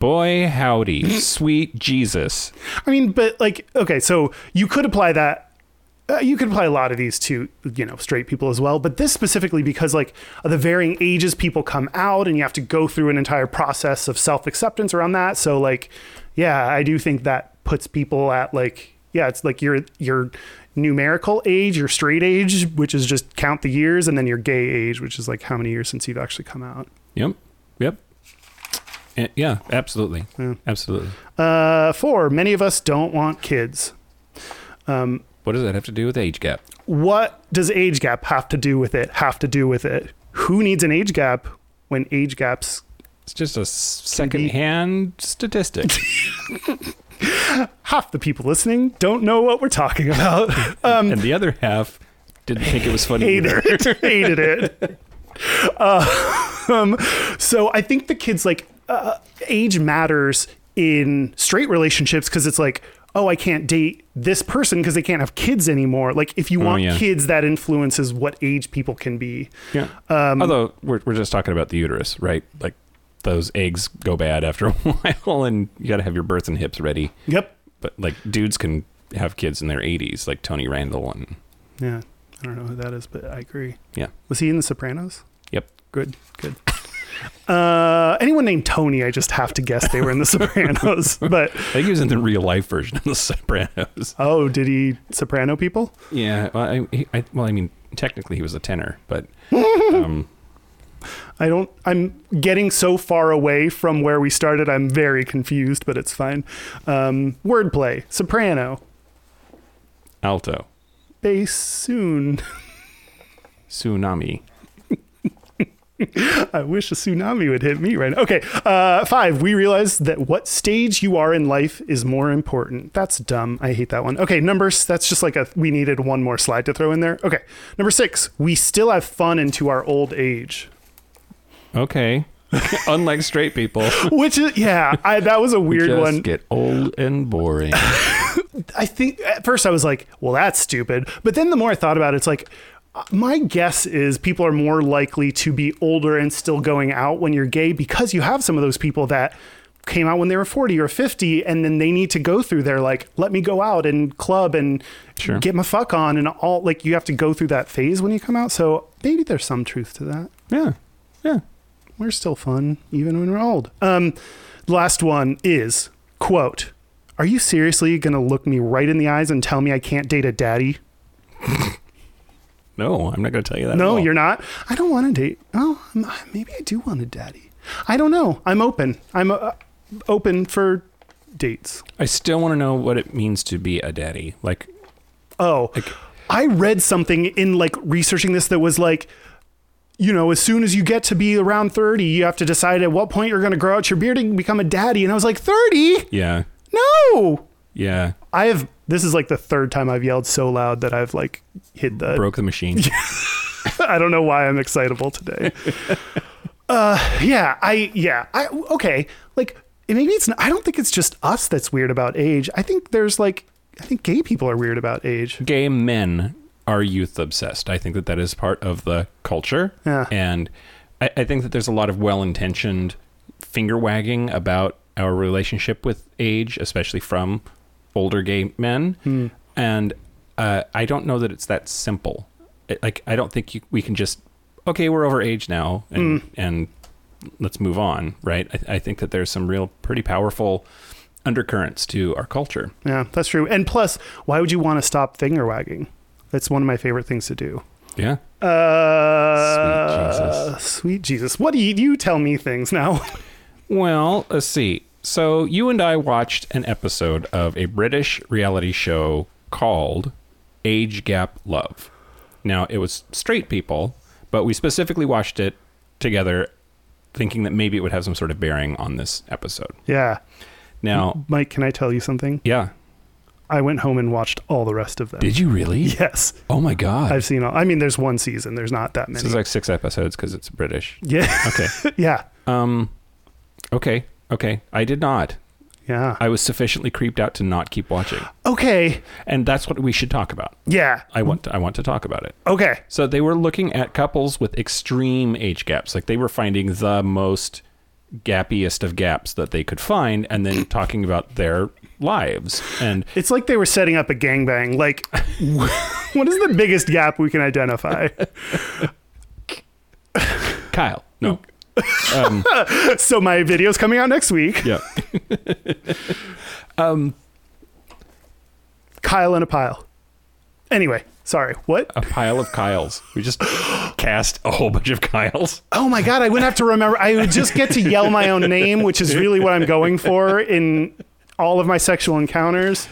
Speaker 2: Boy, howdy. Sweet Jesus.
Speaker 3: i mean but like okay so you could apply that uh, you could apply a lot of these to you know straight people as well but this specifically because like of the varying ages people come out and you have to go through an entire process of self-acceptance around that so like yeah i do think that puts people at like yeah it's like your your numerical age your straight age which is just count the years and then your gay age which is like how many years since you've actually come out
Speaker 2: Yep. Yep. Eh, yeah, absolutely. Absolutely.
Speaker 3: uh four many of us don't want kids
Speaker 2: What does that have to do with age gap?
Speaker 3: what does age gap have to do with it? Have to do with it? Who needs an age gap when age gaps?
Speaker 2: It's just a s- secondhand statistic.
Speaker 3: Half the people listening don't know what we're talking about.
Speaker 2: and the other half didn't think it was funny either.
Speaker 3: hated it. Hated it. Um, So I think the kids like uh, age matters in straight relationships because it's like, oh, I can't date this person because they can't have kids anymore. Like if you want
Speaker 2: yeah.
Speaker 3: kids, that influences what age people can be. Um,
Speaker 2: Yeah. Although we're, we're just talking about the uterus, right? Like those eggs go bad after a while, and you got to have your birth and hips ready.
Speaker 3: Yep.
Speaker 2: But like dudes can have kids in their 80s, like Tony Randall and
Speaker 3: Yeah. I don't know who that is, but I agree.
Speaker 2: yeah.
Speaker 3: Was he in The Sopranos?
Speaker 2: Yep.
Speaker 3: Good, good. Uh, anyone named Tony, I just have to guess they were in The Sopranos. But
Speaker 2: I think he was in the real life version of The Sopranos.
Speaker 3: oh, did he Soprano people?
Speaker 2: Yeah. Well, I, he- I, well, I mean, technically he was a tenor, but um,
Speaker 3: I don't. I'm getting so far away from where we started. I'm very confused, but it's fine. Um, wordplay: soprano,
Speaker 2: alto,
Speaker 3: bassoon.
Speaker 2: tsunami.
Speaker 3: I wish a tsunami would hit me right now. Okay, uh, five. We realize that what stage you are in life is more important. That's dumb. I hate that one. Okay, numbers. That's just like a. We needed one more slide to throw in there. Okay, number six. We still have fun into our old age.
Speaker 2: Okay. Unlike straight people,
Speaker 3: Which is yeah, I, that was a weird
Speaker 2: just
Speaker 3: one.
Speaker 2: get old and boring.
Speaker 3: I think at first I was like, well, that's stupid. But then the more I thought about it, it's like, uh, my guess is people are more likely to be older and still going out when you're gay because you have some of those people that came out when they were 40 or 50 and then they need to go through their like let me go out and club and
Speaker 2: Sure.
Speaker 3: get my fuck on and all like you have to go through that phase when you come out so maybe there's some truth to that
Speaker 2: Yeah. Yeah.
Speaker 3: we're still fun even when we're old. Um, last one is quote: "Are you seriously gonna look me right in the eyes and tell me I can't date a daddy?
Speaker 2: No, I'm not going to tell you that. at
Speaker 3: No,
Speaker 2: all.
Speaker 3: you're not. I don't want to date. Oh, m- maybe I do want a daddy. I don't know. I'm open. I'm uh, open for dates.
Speaker 2: I still want to know what it means to be a daddy. Like,
Speaker 3: Oh, I read something in like researching this that was like, you know, as soon as you get to be around 30, you have to decide at what point you're going to grow out your beard and become a daddy. And I was like, 30?
Speaker 2: yeah,
Speaker 3: No.
Speaker 2: yeah,
Speaker 3: I have this is like the third time I've yelled so loud that I've like hit the
Speaker 2: broke the machine.
Speaker 3: I don't know why I'm excitable today. uh yeah, I yeah. I okay, like and maybe it's not, I don't think it's just us that's weird about age. I think there's like I think gay people are weird about age.
Speaker 2: Gay men are youth obsessed. I think that that is part of the culture,
Speaker 3: Yeah.
Speaker 2: and I, I think that there's a lot of well-intentioned finger wagging about our relationship with age, especially from older gay men. And uh, I don't know that it's that simple. It- like, I don't think you, we can just okay, we're over age now, and and let's move on, right? I, I think that there's some real pretty powerful undercurrents to our culture.
Speaker 3: Yeah, that's true. And plus, why would you want to stop finger wagging? That's one of my favorite things to do.
Speaker 2: Yeah.
Speaker 3: Uh, sweet Jesus. Sweet Jesus. What do you, you tell me things now?
Speaker 2: Well, let's see. So you and I watched an episode of a British reality show called Age Gap Love. Now, it was straight people, but we specifically watched it together thinking that maybe it would have some sort of bearing on this episode.
Speaker 3: yeah.
Speaker 2: Now,
Speaker 3: Mike, can I tell you something?
Speaker 2: yeah.
Speaker 3: I went home and watched all the rest of them.
Speaker 2: Did you really?
Speaker 3: Yes,
Speaker 2: Oh my god.
Speaker 3: I've seen all. I mean, there's one season. There's not that
Speaker 2: this
Speaker 3: many.
Speaker 2: is like 6 episodes cuz it's British.
Speaker 3: yeah,
Speaker 2: Okay.
Speaker 3: yeah,
Speaker 2: um okay. Okay. I did not.
Speaker 3: yeah.
Speaker 2: I was sufficiently creeped out to not keep watching.
Speaker 3: Okay,
Speaker 2: And that's what we should talk about.
Speaker 3: yeah,
Speaker 2: I want I want to talk about it.
Speaker 3: okay.
Speaker 2: So they were looking at couples with extreme age gaps. Like they were finding the most gappiest of gaps that they could find and then talking about their lives. And
Speaker 3: It's like they were setting up a gangbang. Like, what is the biggest gap we can identify?
Speaker 2: Kyle. No.
Speaker 3: so my video's coming out next week.
Speaker 2: Yeah.
Speaker 3: Kyle in a pile. Anyway, sorry. What?
Speaker 2: A pile of Kyles. We just cast a whole bunch of Kyles.
Speaker 3: Oh my god, I wouldn't have to remember. I would just get to yell my own name, which is really what I'm going for in all of my sexual encounters.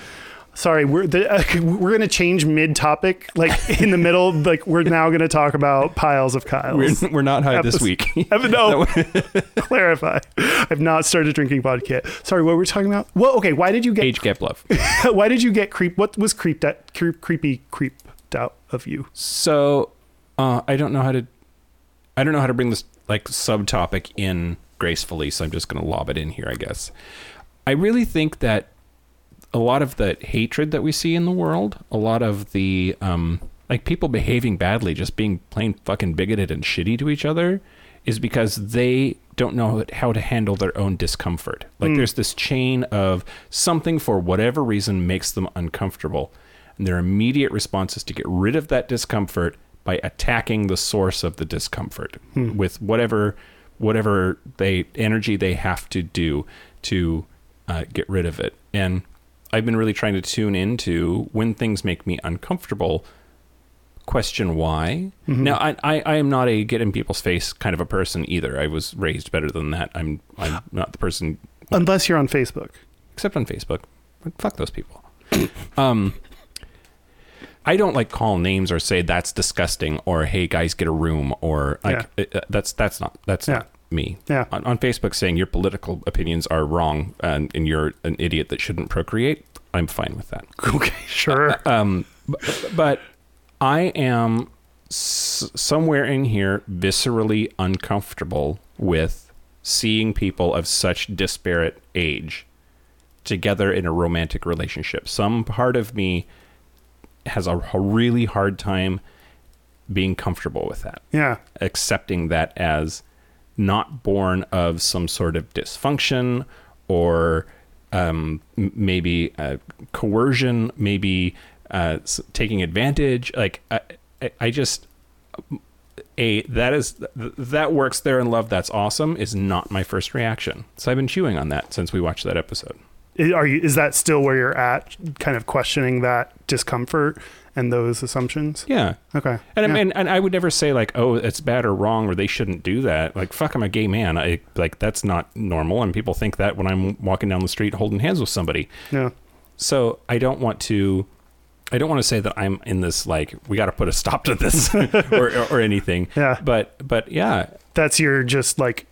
Speaker 3: Sorry, we're the, uh, we're going to change mid topic, like in the middle. Like we're now going to talk about piles of
Speaker 2: We're,
Speaker 3: Kyles.
Speaker 2: we're not high this
Speaker 3: Epis-
Speaker 2: week.
Speaker 3: Ev- no, clarify. I've not started drinking vodka. yet. Sorry, what were we talking about? Well, okay. Why did you get?
Speaker 2: Age gap love.
Speaker 3: Why did you get creep? What was creeped at? Creep, creepy creeped out of you?
Speaker 2: So uh, I don't know how to I don't know how to bring this like subtopic in gracefully, so I'm just going to lob it in here, I guess. I really think that a lot of the hatred that we see in the world, a lot of the um, like people behaving badly, just being plain fucking bigoted and shitty to each other, is because they don't know how to handle their own discomfort. Like there's this chain of something for whatever reason makes them uncomfortable, and their immediate response is to get rid of that discomfort by attacking the source of the discomfort with whatever whatever they energy they have to do to uh, get rid of it. And I've been really trying to tune into when things make me uncomfortable. Question why? Now I, I I am not a get in people's face kind of a person either. I was raised better than that. I'm I'm not the person
Speaker 3: Unless you're on Facebook.
Speaker 2: except on Facebook. But fuck those people. um, I don't like call names or say that's disgusting or hey guys get a room or like uh, uh, that's that's not that's
Speaker 3: Yeah.
Speaker 2: not me.
Speaker 3: Yeah.
Speaker 2: On, on Facebook saying your political opinions are wrong and, and you're an idiot that shouldn't procreate. I'm fine with that Uh, um,
Speaker 3: Okay, sure.
Speaker 2: but I am s- somewhere in here viscerally uncomfortable with seeing people of such disparate age together in a romantic relationship. Some part of me has a h- really hard time being comfortable with that
Speaker 3: yeah.
Speaker 2: accepting that as not born of some sort of dysfunction or um, m- maybe uh, coercion, maybe uh, s- taking advantage. Like I, I- I just a that is th- that works there in love. That's awesome. Is not my first reaction. So I've been chewing on that since we watched that episode.
Speaker 3: I- Are you, is that still where you're at? Kind of questioning that discomfort and those assumptions?
Speaker 2: Yeah.
Speaker 3: Okay.
Speaker 2: And,
Speaker 3: yeah.
Speaker 2: I and and I would never say like, oh, it's bad or wrong, or they shouldn't do that. Like, fuck, I'm a gay man. I like that's not normal, and people think that when I'm walking down the street holding hands with somebody.
Speaker 3: yeah.
Speaker 2: So I don't want to, I don't want to say that I'm in this like we got to put a stop to this or, or or anything.
Speaker 3: Yeah.
Speaker 2: But but yeah,
Speaker 3: That's your just like,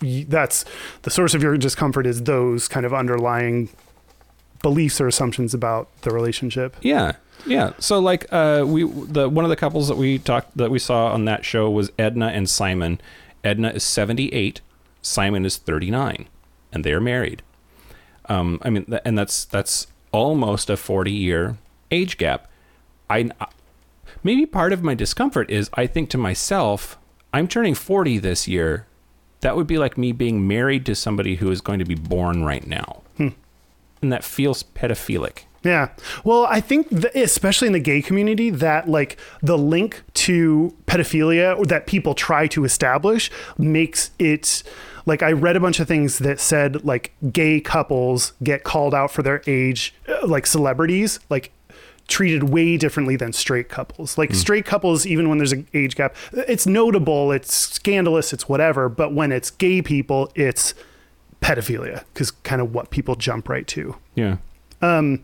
Speaker 3: y- that's the source of your discomfort is those kind of underlying beliefs or assumptions about the relationship.
Speaker 2: Yeah. Yeah. So like uh we the one of the couples that we talked that we saw on that show was Edna and Simon. Edna is 78, Simon is 39, and they are married. Um I mean th- and that's that's almost a 40 year age gap. I maybe part of my discomfort is I think to myself, I'm turning 40 this year. That would be like me being married to somebody who is going to be born right now. And that feels pedophilic.
Speaker 3: Yeah. Well, I think th especially in the gay community that like the link to pedophilia or that people try to establish makes it like I read a bunch of things that said like gay couples get called out for their age uh, like celebrities like treated way differently than straight couples. Like straight couples even when there's an age gap, it's notable, it's scandalous, it's whatever, but when it's gay people, it's pedophilia cuz kind of what people jump right to.
Speaker 2: Yeah.
Speaker 3: And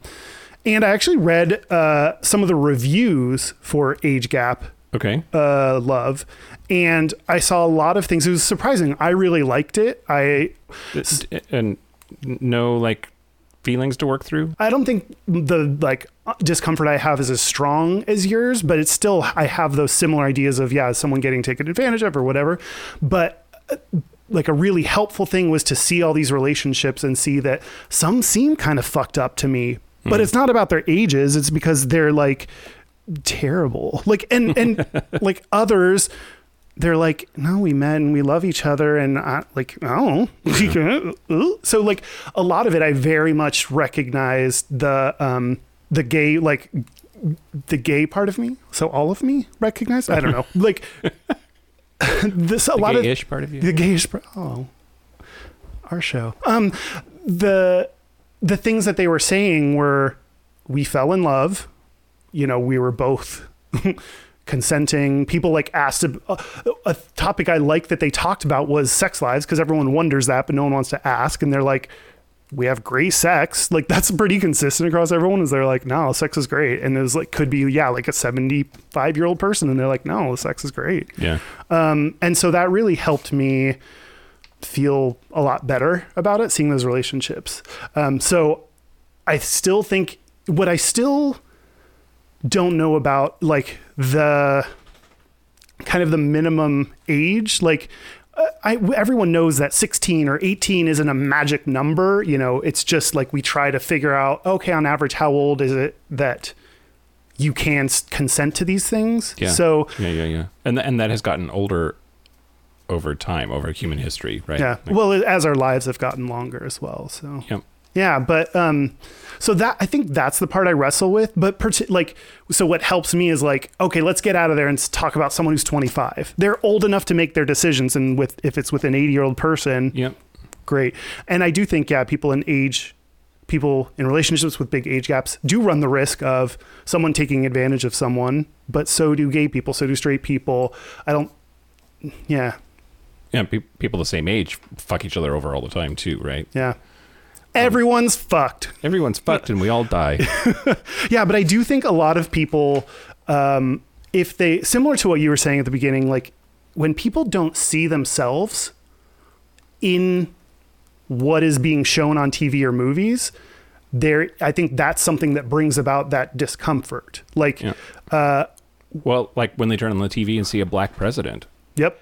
Speaker 3: I actually read uh, some of the reviews for Age Gap
Speaker 2: Okay.
Speaker 3: uh, Love, and I saw a lot of things. It was surprising. I really liked it. I
Speaker 2: D- d- and no like feelings to work through
Speaker 3: I don't think the like discomfort I have is as strong as yours, but it's still I have those similar ideas of yeah, someone getting taken advantage of or whatever. But uh, like a really helpful thing was to see all these relationships and see that some seem kind of fucked up to me, but it's not about their ages. It's because they're like terrible. Like and and like others they're like, no, we met and we love each other, and I like, oh, so like a lot of it, I very much recognized the um the gay like the gay part of me. So all of me recognized. I don't know, like this a lot of
Speaker 2: Gay-ish part of you
Speaker 3: the gayish pro- oh our show um the the things that they were saying were we fell in love you know we were both consenting people like asked ab- a, a topic i like that they talked about was sex lives because everyone wonders that but no one wants to ask and they're like we have great sex like that's pretty consistent across everyone is they're like no sex is great and it was like could be yeah like a 75 year old person and they're like no sex is great
Speaker 2: yeah
Speaker 3: um, and so that really helped me feel a lot better about it, seeing those relationships. Um, so I still think what I still don't know about, like the kind of the minimum age. Like, uh, I, everyone knows that 16 or 18 isn't a magic number. You know, it's just like we try to figure out, okay, on average, how old is it that you can s- consent to these things?
Speaker 2: Yeah.
Speaker 3: So,
Speaker 2: yeah, yeah, yeah. And th- and that has gotten older over time, over human history, right?
Speaker 3: yeah.
Speaker 2: Like,
Speaker 3: Well, as our lives have gotten longer as well. So,
Speaker 2: yep.
Speaker 3: Yeah, but um, so that I think that's the part I wrestle with. But part- like, so what helps me is like, okay, let's get out of there and s- talk about someone who's 25. They're old enough to make their decisions, and with if it's with an 80 year old person,
Speaker 2: Yep.
Speaker 3: great. And I do think, yeah, people in age, people in relationships with big age gaps do run the risk of someone taking advantage of someone. But so do gay people, so do straight people. I don't. Yeah,
Speaker 2: Yeah, pe- people the same age fuck each other over all the time too, right?
Speaker 3: yeah. Everyone's fucked.
Speaker 2: Everyone's fucked and we all die.
Speaker 3: Yeah, but I do think a lot of people, um, if they similar to what you were saying at the beginning, like when people don't see themselves in what is being shown on TV or movies, there, I think that's something that brings about that discomfort. Like,
Speaker 2: Yeah. well, like when they turn on the TV and see a black president,
Speaker 3: yep,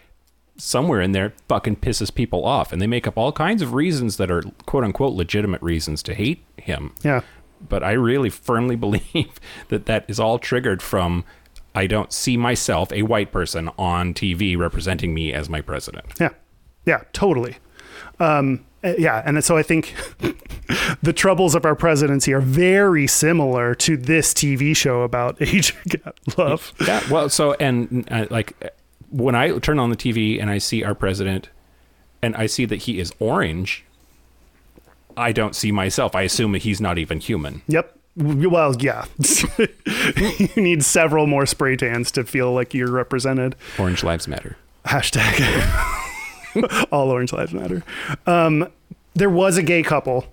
Speaker 2: somewhere in there fucking pisses people off and they make up all kinds of reasons that are quote unquote legitimate reasons to hate him.
Speaker 3: yeah,
Speaker 2: But I really firmly believe that that is all triggered from I don't see myself, a white person, on TV representing me as my president.
Speaker 3: yeah, yeah, totally. Um, uh, yeah, and so I think the troubles of our presidency are very similar to this TV show about age gap love.
Speaker 2: Yeah. Well, so and uh, like uh, when I turn on the TV and I see our president, and I see that he is orange, I don't see myself. I assume that he's not even human.
Speaker 3: Yep. W- Well, yeah. you need several more spray tans to feel like you're represented.
Speaker 2: Orange lives matter.
Speaker 3: Hashtag all orange lives matter. Um, there was a gay couple.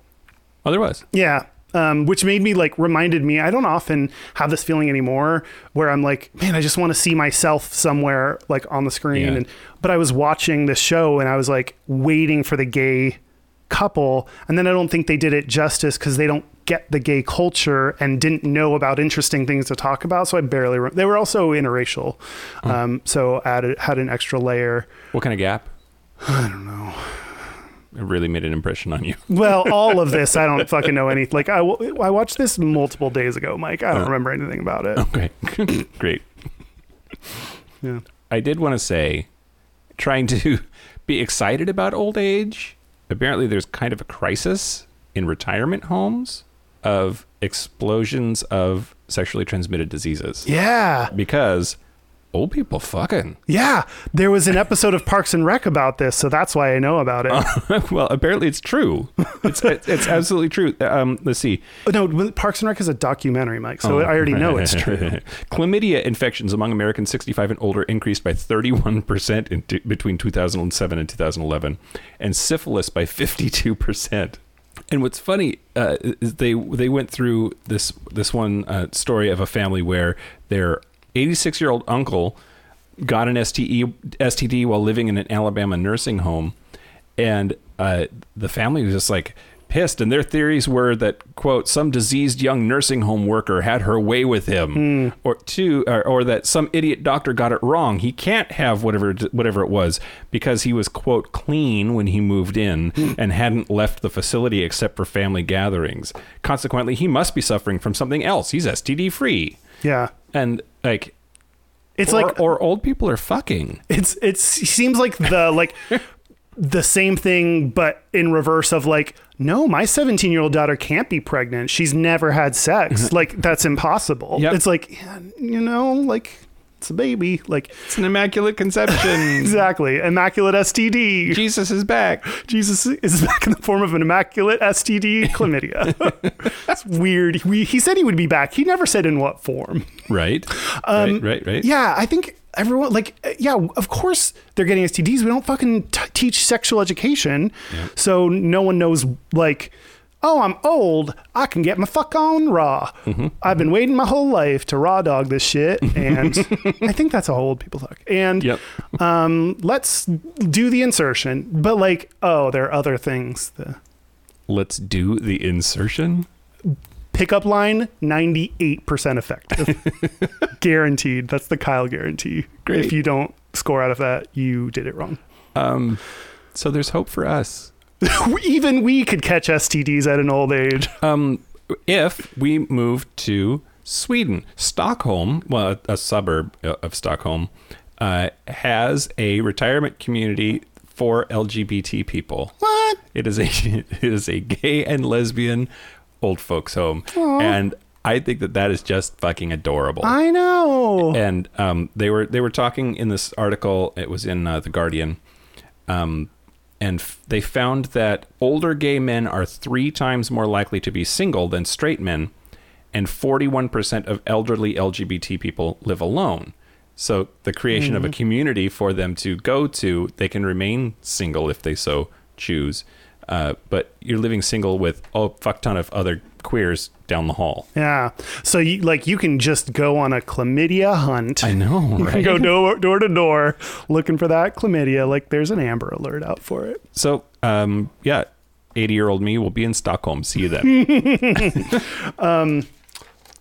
Speaker 2: Oh, there was.
Speaker 3: Yeah. Um, which made me like reminded me I don't often have this feeling anymore where I'm like man I just want to see myself somewhere like on the screen
Speaker 2: Yeah.
Speaker 3: and but I was watching this show and I was like waiting for the gay couple and then I don't think they did it justice cuz they don't get the gay culture and didn't know about interesting things to talk about so I barely re- they were also interracial um, so added had an extra layer
Speaker 2: What kind of gap? I don't know. It really made an impression on you.
Speaker 3: Well, all of this, I don't fucking know anything. Like, I, w- I watched this multiple days ago, Mike. I don't
Speaker 2: Uh.
Speaker 3: remember anything about it.
Speaker 2: Okay. Great.
Speaker 3: Yeah.
Speaker 2: I did want to say, trying to be excited about old age. Apparently, there's kind of a crisis in retirement homes of explosions of sexually transmitted diseases
Speaker 3: Yeah.
Speaker 2: because old people fucking.
Speaker 3: Yeah. There was an episode of Parks and Rec about this, so that's why I know about it.
Speaker 2: Uh. well, apparently, it's true. It's it's, it's absolutely true. Um, let's see.
Speaker 3: Oh, no, w- Parks and Rec is a documentary, Mike, so
Speaker 2: Oh.
Speaker 3: I already know it's true.
Speaker 2: Chlamydia infections among Americans 65 and older increased by 31% in t- between 2007 and 2011, and syphilis by 52%. And what's funny uh, is they they went through this this one uh, story of a family where their 86 year old uncle got an E, STE, STD while living in an Alabama nursing home, and uh, the family was just like pissed and their theories were that quote some diseased young nursing home worker had her way with him or two or, or that some idiot doctor got it wrong he can't have whatever whatever it was because he was quote clean when he moved in and hadn't left the facility except for family gatherings consequently he must be suffering from something else he's std free
Speaker 3: Yeah.
Speaker 2: and like
Speaker 3: It's
Speaker 2: or,
Speaker 3: like
Speaker 2: or old people are fucking
Speaker 3: it's it's seems like the like the same thing but in reverse of like no my 17 year old daughter can't be pregnant she's never had sex like that's impossible
Speaker 2: Mm-hmm. Yep.
Speaker 3: it's like yeah, you know like it's a baby like
Speaker 2: it's an immaculate conception
Speaker 3: exactly immaculate std
Speaker 2: jesus is back
Speaker 3: jesus is back in the form of an immaculate std chlamydia it's weird we, he said he would be back he never said in what form
Speaker 2: right right right right
Speaker 3: Um, Yeah, I think everyone like uh, yeah, of course they're getting STDs. We don't fucking t- teach sexual education, so no one knows like. Oh, I'm old. I can get my fuck on raw.
Speaker 2: Mm-hmm.
Speaker 3: I've been waiting my whole life to raw dog this shit, and I think that's how old people talk. And
Speaker 2: Yep.
Speaker 3: um, let's do the insertion. But like, oh, there are other things. The
Speaker 2: Let's do the insertion.
Speaker 3: pickup line, ninety-eight percent effective, guaranteed. That's the Kyle guarantee.
Speaker 2: Great.
Speaker 3: If you don't score out of that, you did it wrong.
Speaker 2: Um, so there's hope for us.
Speaker 3: Even we could catch STDs at an old age.
Speaker 2: Um, if we move to Sweden, Stockholm, well, a, a suburb uh, of Stockholm, uh, has a retirement community for LGBT people.
Speaker 3: What?
Speaker 2: It is a it is a gay and lesbian old folks home,
Speaker 3: Aw.
Speaker 2: and I think that that is just fucking adorable.
Speaker 3: I know.
Speaker 2: and um, they were they were talking in this article. It was in uh, the Guardian, um, and f- they found that older gay men are three times more likely to be single than straight men, and forty one percent of elderly LGBT people live alone. So the creation of a community for them to go to, they can remain single if they so choose. Uh, but you're living single with a fuck ton of other queers down the hall.
Speaker 3: Yeah. So you like you can just go on a chlamydia hunt.
Speaker 2: I know,
Speaker 3: You can
Speaker 2: right?
Speaker 3: go door, door to door looking for that chlamydia like there's an amber alert out for it.
Speaker 2: So, um, yeah, 80 year old me will be in Stockholm. See you then.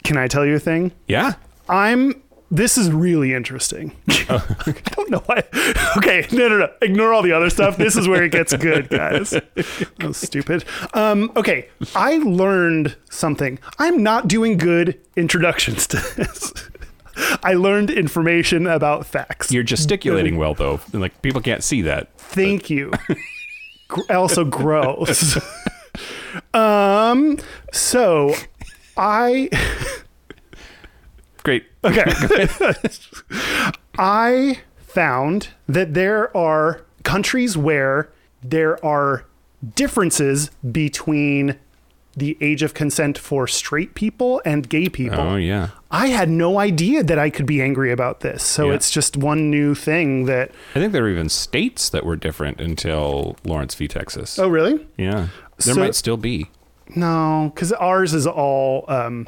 Speaker 3: Can I tell you a thing?
Speaker 2: yeah.
Speaker 3: I'm. This is really interesting. I don't know why. Okay, no, no, no. Ignore all the other stuff. This is where it gets good, guys. Oh, stupid. Um, okay, I learned something. I'm not doing good introductions to this. I learned information about facts.
Speaker 2: You're gesticulating well, though. and, Like, people can't see that.
Speaker 3: Thank you. Gr- also gross. um. So, I.
Speaker 2: Great.
Speaker 3: Oh. Okay. I found that there are countries where there are differences between the age of consent for straight people and gay people.
Speaker 2: Oh, yeah.
Speaker 3: I had no idea that I could be angry about this. So
Speaker 2: Yeah.
Speaker 3: it's just one new thing that.
Speaker 2: I think there were even states that were different until Lawrence v. Texas.
Speaker 3: Oh, really?
Speaker 2: Yeah. There
Speaker 3: So-
Speaker 2: might still be.
Speaker 3: No, because ours is all um,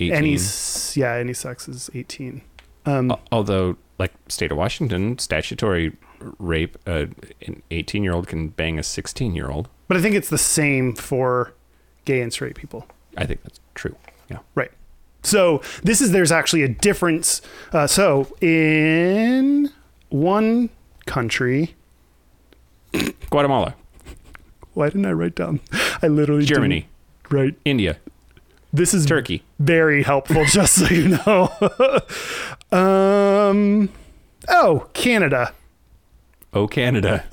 Speaker 2: 18.
Speaker 3: any. s- Yeah, any sex is eighteen. um,
Speaker 2: Al- Although, like, state of Washington, statutory rape, uh, an 18 year old can bang a 16 year old.
Speaker 3: But I think it's the same for gay and straight people.
Speaker 2: I think that's true. Yeah.
Speaker 3: Right. So this is there's actually a difference. Uh, so in one country,
Speaker 2: Guatemala,
Speaker 3: why didn't I write down? I literally
Speaker 2: Germany,
Speaker 3: didn't write.
Speaker 2: India,
Speaker 3: This is
Speaker 2: Turkey.
Speaker 3: very helpful, just so you know. um, oh, Canada.
Speaker 2: Oh, Canada.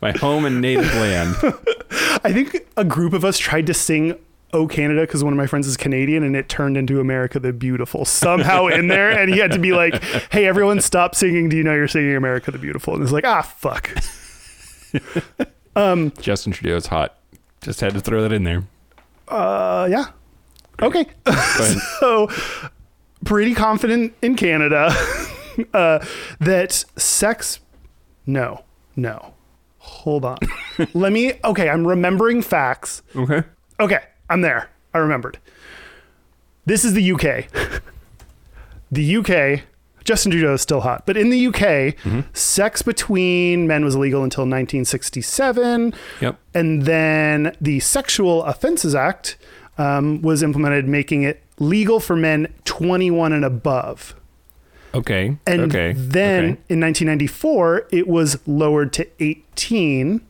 Speaker 2: My home and native land.
Speaker 3: I think a group of us tried to sing "Oh Canada" because one of my friends is Canadian, and it turned into "America the Beautiful" somehow in there, and he had to be like, "Hey, everyone, stop singing! Do you know you're singing America the Beautiful?" And it's like, "Ah, fuck."
Speaker 2: Justin Trudeau's hot. Just had to throw that in there.
Speaker 3: Uh, yeah. Okay.
Speaker 2: Go ahead.
Speaker 3: so, pretty confident in Canada uh, that sex. No, no. Hold on. Let me. Okay, I'm remembering facts.
Speaker 2: Okay.
Speaker 3: Okay, I'm there. I remembered. This is the UK. the UK, Justin Trudeau is still hot, but in the UK, sex between men was illegal until 1967.
Speaker 2: Yep.
Speaker 3: And then the Sexual Offenses Act um, was implemented, making it legal for men 21 and above.
Speaker 2: Okay.
Speaker 3: And
Speaker 2: okay.
Speaker 3: then
Speaker 2: Okay.
Speaker 3: in 1994, it was lowered to 18.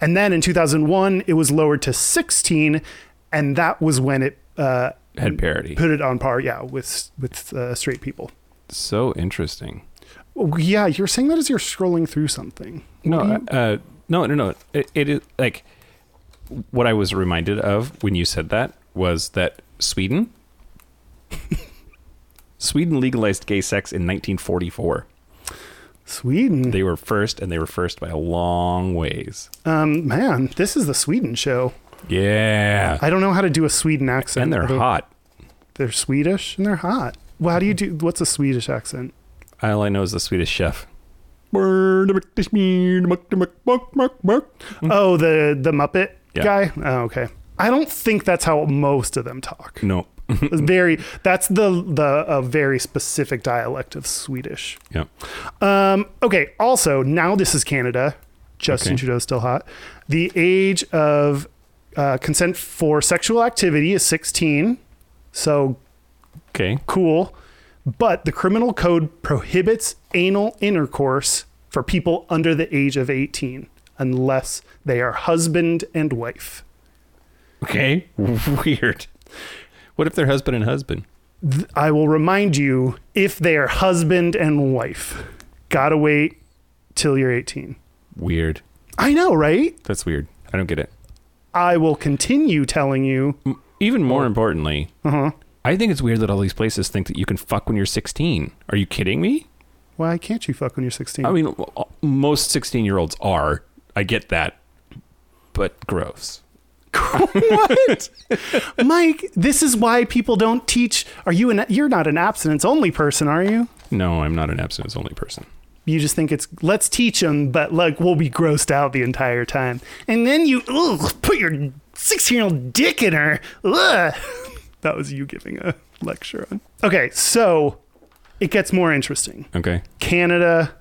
Speaker 3: And then in 2001, it was lowered to 16. And that was when it uh,
Speaker 2: had parody.
Speaker 3: put it on par, yeah, with, with uh, straight people.
Speaker 2: So interesting.
Speaker 3: Oh, Yeah, you're saying that as you're scrolling through something.
Speaker 2: No,
Speaker 3: What do you-
Speaker 2: uh, no, no, no. It, it is like what I was reminded of when you said that was that Sweden, Sweden legalized gay sex in 1944.
Speaker 3: Sweden.
Speaker 2: They were first, and they were first by a long ways.
Speaker 3: Um, man, this is the Sweden show.
Speaker 2: Yeah.
Speaker 3: I don't know how to do a Sweden accent.
Speaker 2: And they're
Speaker 3: although
Speaker 2: hot.
Speaker 3: They're Swedish and they're hot. Well, how do you do? What's a Swedish accent?
Speaker 2: All I know is the Swedish chef.
Speaker 3: Oh, the the Muppet
Speaker 2: Hmm? Yeah.
Speaker 3: guy. Oh, okay. I don't think that's how most of them talk.
Speaker 2: No.
Speaker 3: It's very. That's the the a very specific dialect of Swedish.
Speaker 2: yeah.
Speaker 3: Um, okay. Also, now this is Canada. Justin
Speaker 2: Okay.
Speaker 3: Trudeau's still hot. The age of uh, consent for sexual activity is 16. So
Speaker 2: Okay.
Speaker 3: cool. But the criminal code prohibits anal intercourse for people under the age of 18 unless they are husband and wife.
Speaker 2: Okay. Weird. What if they're husband and husband?
Speaker 3: I will remind you if they are husband and wife. Gotta wait till you're 18.
Speaker 2: Weird.
Speaker 3: I know, right?
Speaker 2: That's weird. I don't get it.
Speaker 3: I will continue telling you.
Speaker 2: Even more importantly, I think it's weird that all these places think that you can fuck when you're 16. Are you kidding me?
Speaker 3: Why can't you fuck when you're 16?
Speaker 2: I mean, l- most 16 year olds are. I get that. But gross.
Speaker 3: what? Mike, this is why people don't teach. Are you an you're not an abstinence only person, are you?
Speaker 2: No, I'm not an abstinence only person.
Speaker 3: You just think it's let's teach them, but like we'll be grossed out the entire time. And then you ugh, put your 16-year-old dick in her. Ugh. That was you giving a lecture on. Okay, so it gets more interesting.
Speaker 2: Okay.
Speaker 3: Canada,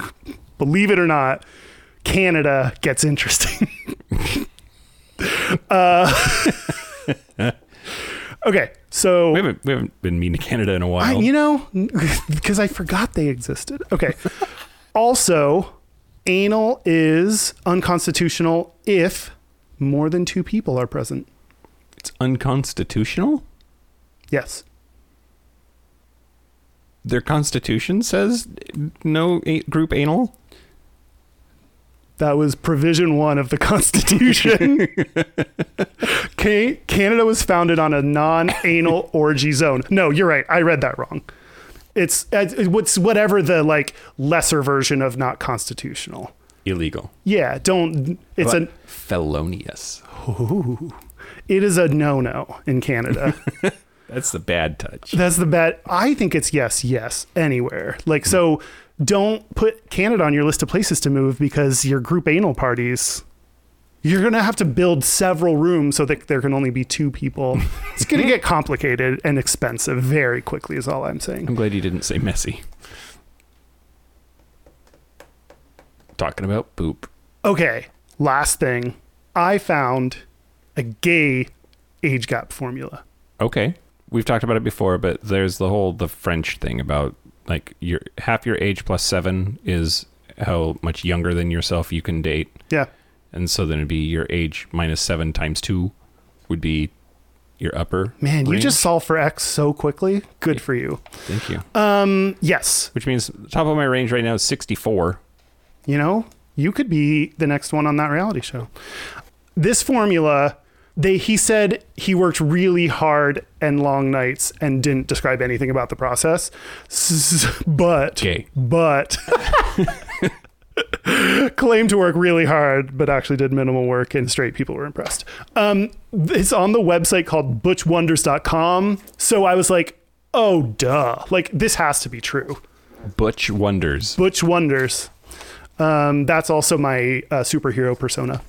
Speaker 3: believe it or not, Canada gets interesting. uh, okay, so
Speaker 2: We haven't, we haven't been mean to Canada in a
Speaker 3: I,
Speaker 2: while.
Speaker 3: you know, because I forgot they existed. Okay. also, anal is unconstitutional if more than two people are present.
Speaker 2: it's unconstitutional.
Speaker 3: Yes.
Speaker 2: Their constitution says no a- group anal.
Speaker 3: That was provision one of the Constitution. Ca- Canada was founded on a non anal orgy zone. No, you're right. I read that wrong. It's uh, what's whatever the like lesser version of not constitutional.
Speaker 2: Illegal.
Speaker 3: Yeah, don't. It's
Speaker 2: But
Speaker 3: an
Speaker 2: felonious.
Speaker 3: it is a no no in Canada.
Speaker 2: That's the bad touch.
Speaker 3: That's the bet. I think it's yes, yes, anywhere. Like, so don't put Canada on your list of places to move because your group anal parties, you're going to have to build several rooms so that there can only be two people. it's going to get complicated and expensive very quickly, is all I'm saying.
Speaker 2: I'm glad you didn't say messy. Talking about poop.
Speaker 3: Okay, last thing. I found a gay age gap formula.
Speaker 2: Okay. We've talked about it before, but there's the whole the French thing about like your half your age plus 7 is how much younger than yourself you can date.
Speaker 3: Yeah.
Speaker 2: And so then it'd be your age minus 7 times 2 would be your upper.
Speaker 3: Man, you
Speaker 2: range.
Speaker 3: just solve for X so quickly. Good for you.
Speaker 2: Thank you.
Speaker 3: uh, Yes.
Speaker 2: Which means the top of my range right now is 64.
Speaker 3: you know, you could be the next one on that reality show. This formula, they he said he worked really hard and long nights and didn't describe anything about the process. S- But
Speaker 2: Okay.
Speaker 3: but claimed to work really hard, but actually did minimal work, and straight people were impressed. Um, it's on the website called butchwonders.com. So I was like, oh, duh. Like, this has to be true.
Speaker 2: Butch wonders.
Speaker 3: Butch Wonders. Um, that's also my uh, superhero persona.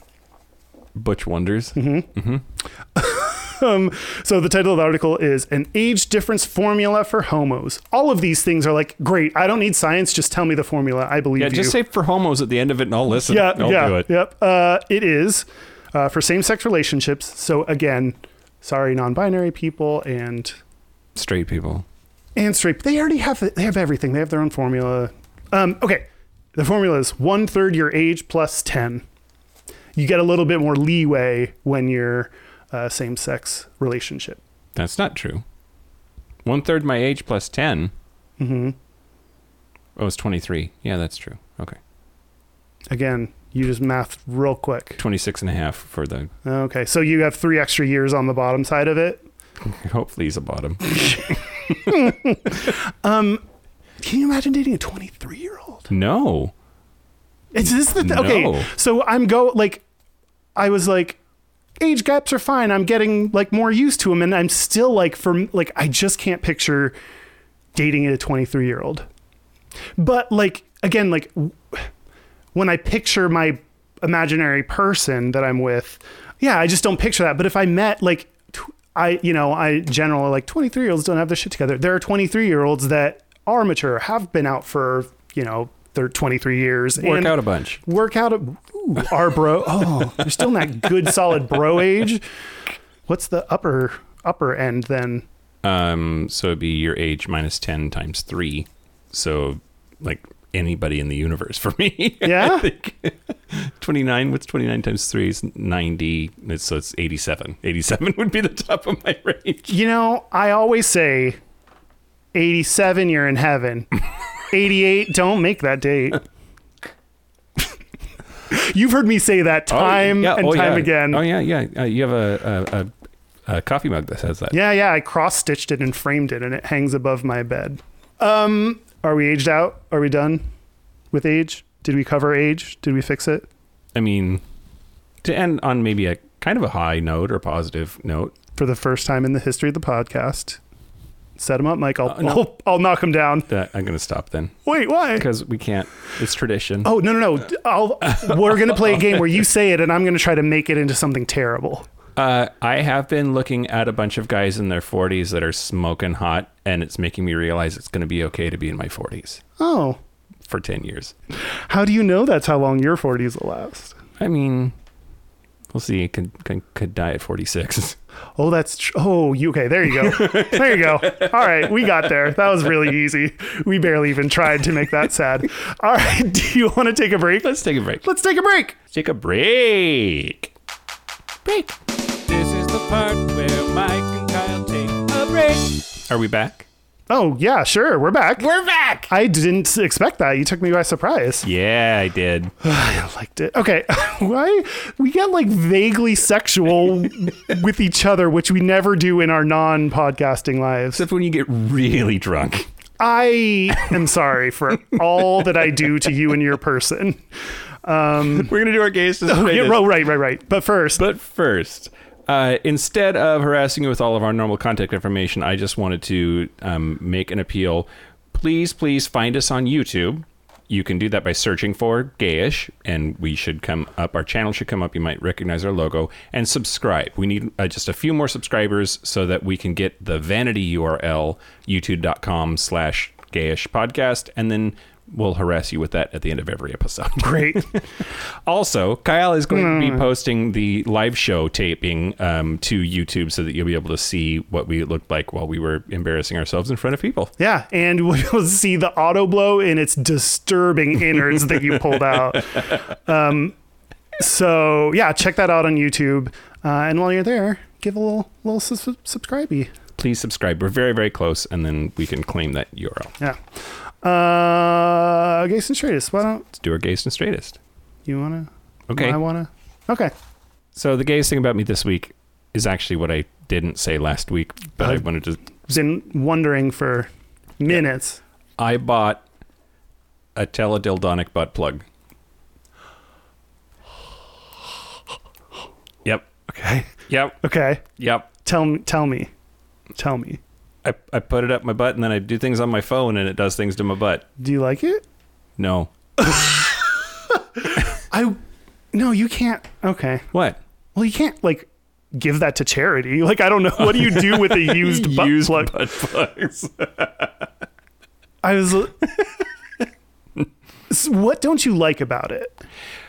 Speaker 2: Butch wonders.
Speaker 3: Mhm. So the title of the article is An Age Difference Formula for Homos. All of these things are like, great, I don't need science, just tell me the formula. I believe
Speaker 2: Yeah,
Speaker 3: you.
Speaker 2: just say for homos at the end of it and I'll listen.
Speaker 3: yeah,
Speaker 2: I'll
Speaker 3: yeah,
Speaker 2: do it.
Speaker 3: Yep. Uh, it is uh, for same sex relationships. So again, sorry, non binary people and
Speaker 2: Straight people.
Speaker 3: and straight. They already have they have everything. They have their own formula. Um, okay, the formula is one third your age plus ten. You get a little bit more leeway when you're uh, same sex relationship.
Speaker 2: That's not true. One third my age plus 10. Mm-hmm. Oh, it's 23. Yeah, that's true. Okay.
Speaker 3: Again, you just math real quick.
Speaker 2: 26 and a half for the.
Speaker 3: Okay, so you have three extra years on the bottom side of it.
Speaker 2: Hopefully he's a bottom.
Speaker 3: Can you imagine dating a 23 year old?
Speaker 2: no.
Speaker 3: Is this the th-
Speaker 2: No.
Speaker 3: okay? So I'm go like, I was like, age gaps are fine. I'm getting like more used to them, and I'm still like from like I just can't picture dating a 23 year old. But like again, like w- when I picture my imaginary person that I'm with, yeah, I just don't picture that. But if I met like. Tw- I, you know, I generally like 23 year olds don't have their shit together. There are 23 year olds that are mature, have been out for, you know, they're 23 years.
Speaker 2: Work
Speaker 3: and-
Speaker 2: out a bunch.
Speaker 3: work out a, ooh, our bro. Oh, you're still in that good solid bro age. What's the upper upper end then?
Speaker 2: Um, so it'd be your age minus 10 times 3. So, like, anybody in the universe for me. I
Speaker 3: Yeah?
Speaker 2: think. 29, what's 29 times 3 is 90. It's, so it's 87. 87 would be the top of my range.
Speaker 3: You know, I always say 87, you're in heaven. 88, don't make that date. You've heard me say that time
Speaker 2: yeah.
Speaker 3: and
Speaker 2: Oh,
Speaker 3: time
Speaker 2: yeah.
Speaker 3: again.
Speaker 2: Oh, yeah, yeah. Uh, you have a, a, a, a coffee mug that says that.
Speaker 3: Yeah, yeah. I cross stitched it and framed it, and it hangs above my bed. Um, are we aged out? Are we done with age? Did we cover age? Did we fix it?
Speaker 2: I mean, to end on maybe a kind of a high note or positive note.
Speaker 3: For the first time in the history of the podcast, set him up, Mike. I'll,
Speaker 2: Uh, no.
Speaker 3: I'll, I'll knock him down.
Speaker 2: That I'm gonna stop then
Speaker 3: Wait, why?
Speaker 2: because we can't. It's tradition.
Speaker 3: Oh no, no, no! I'll, we're gonna play a game where you say it, and I'm gonna try to make it into something terrible.
Speaker 2: Uh, I have been looking at a bunch of guys in their 40s that are smoking hot, and it's making me realize it's gonna be okay to be in my 40s
Speaker 3: Oh,
Speaker 2: for 10 years.
Speaker 3: how do you know that's how long your 40s will last?
Speaker 2: I mean, we'll see. It could could, could die at 46.
Speaker 3: Oh, that's tr- oh, you okay? There you go. there you go. All right, we got there. That was really easy. We barely even tried to make that sad. All right, do you want to take a break?
Speaker 2: Let's take a break.
Speaker 3: Let's take a break.
Speaker 2: take a break. Break. This is the part where Mike and Kyle take a break. Are we back?
Speaker 3: Oh yeah, sure. We're back.
Speaker 2: We're back.
Speaker 3: I didn't expect that. You took me by surprise.
Speaker 2: Yeah, I did.
Speaker 3: I liked it. Okay, why we get like vaguely sexual with each other, which we never do in our non-podcasting lives.
Speaker 2: Except when you get really drunk.
Speaker 3: I am sorry for all that I do to you and your person.
Speaker 2: We're gonna do our gays to
Speaker 3: Yeah, ro- right, right, right. But first,
Speaker 2: But first, uh, instead of harassing you with all of our normal contact information, I just wanted to um, make an appeal. Please, please find us on YouTube. You can do that by searching for Gayish, and we should come up. Our channel should come up. You might recognize our logo. And subscribe. We need uh, just a few more subscribers so that we can get the vanity URL, youtube.com slash gayish podcast, and then we'll harass you with that at the end of every episode.
Speaker 3: great.
Speaker 2: Also, Kyle is going to be posting the live show taping um, to YouTube so that you'll be able to see what we looked like while we were embarrassing ourselves in front of people.
Speaker 3: Yeah, and we'll see the auto blow in its disturbing innards that you pulled out. Um, so yeah, check that out on YouTube. Uh, and while you're there, give a little little sus- subscribey.
Speaker 2: Please subscribe. We're very, very close, and then we can claim that URL.
Speaker 3: Yeah. Uh, Gason Stratus, why don't
Speaker 2: Let's do our gayest and straightest.
Speaker 3: you wanna?
Speaker 2: Okay.
Speaker 3: I wanna. Okay.
Speaker 2: So the gayest thing about me this week is actually what I didn't say last week, but I
Speaker 3: Uh,
Speaker 2: wanted to.
Speaker 3: Been wondering for minutes.
Speaker 2: I bought a teledildonic butt plug. Yep.
Speaker 3: Okay.
Speaker 2: Yep.
Speaker 3: Okay.
Speaker 2: Yep.
Speaker 3: Tell me. Tell me. Tell me.
Speaker 2: I, I put it up my butt and then I do things on my phone and it does things to my butt.
Speaker 3: Do you like it?
Speaker 2: No.
Speaker 3: I. No, you can't. Okay.
Speaker 2: What?
Speaker 3: Well, you can't like give that to charity. Like I don't know what do you do with a used butt
Speaker 2: Used
Speaker 3: plug?
Speaker 2: butt plugs.
Speaker 3: I was. S- what don't you like about it?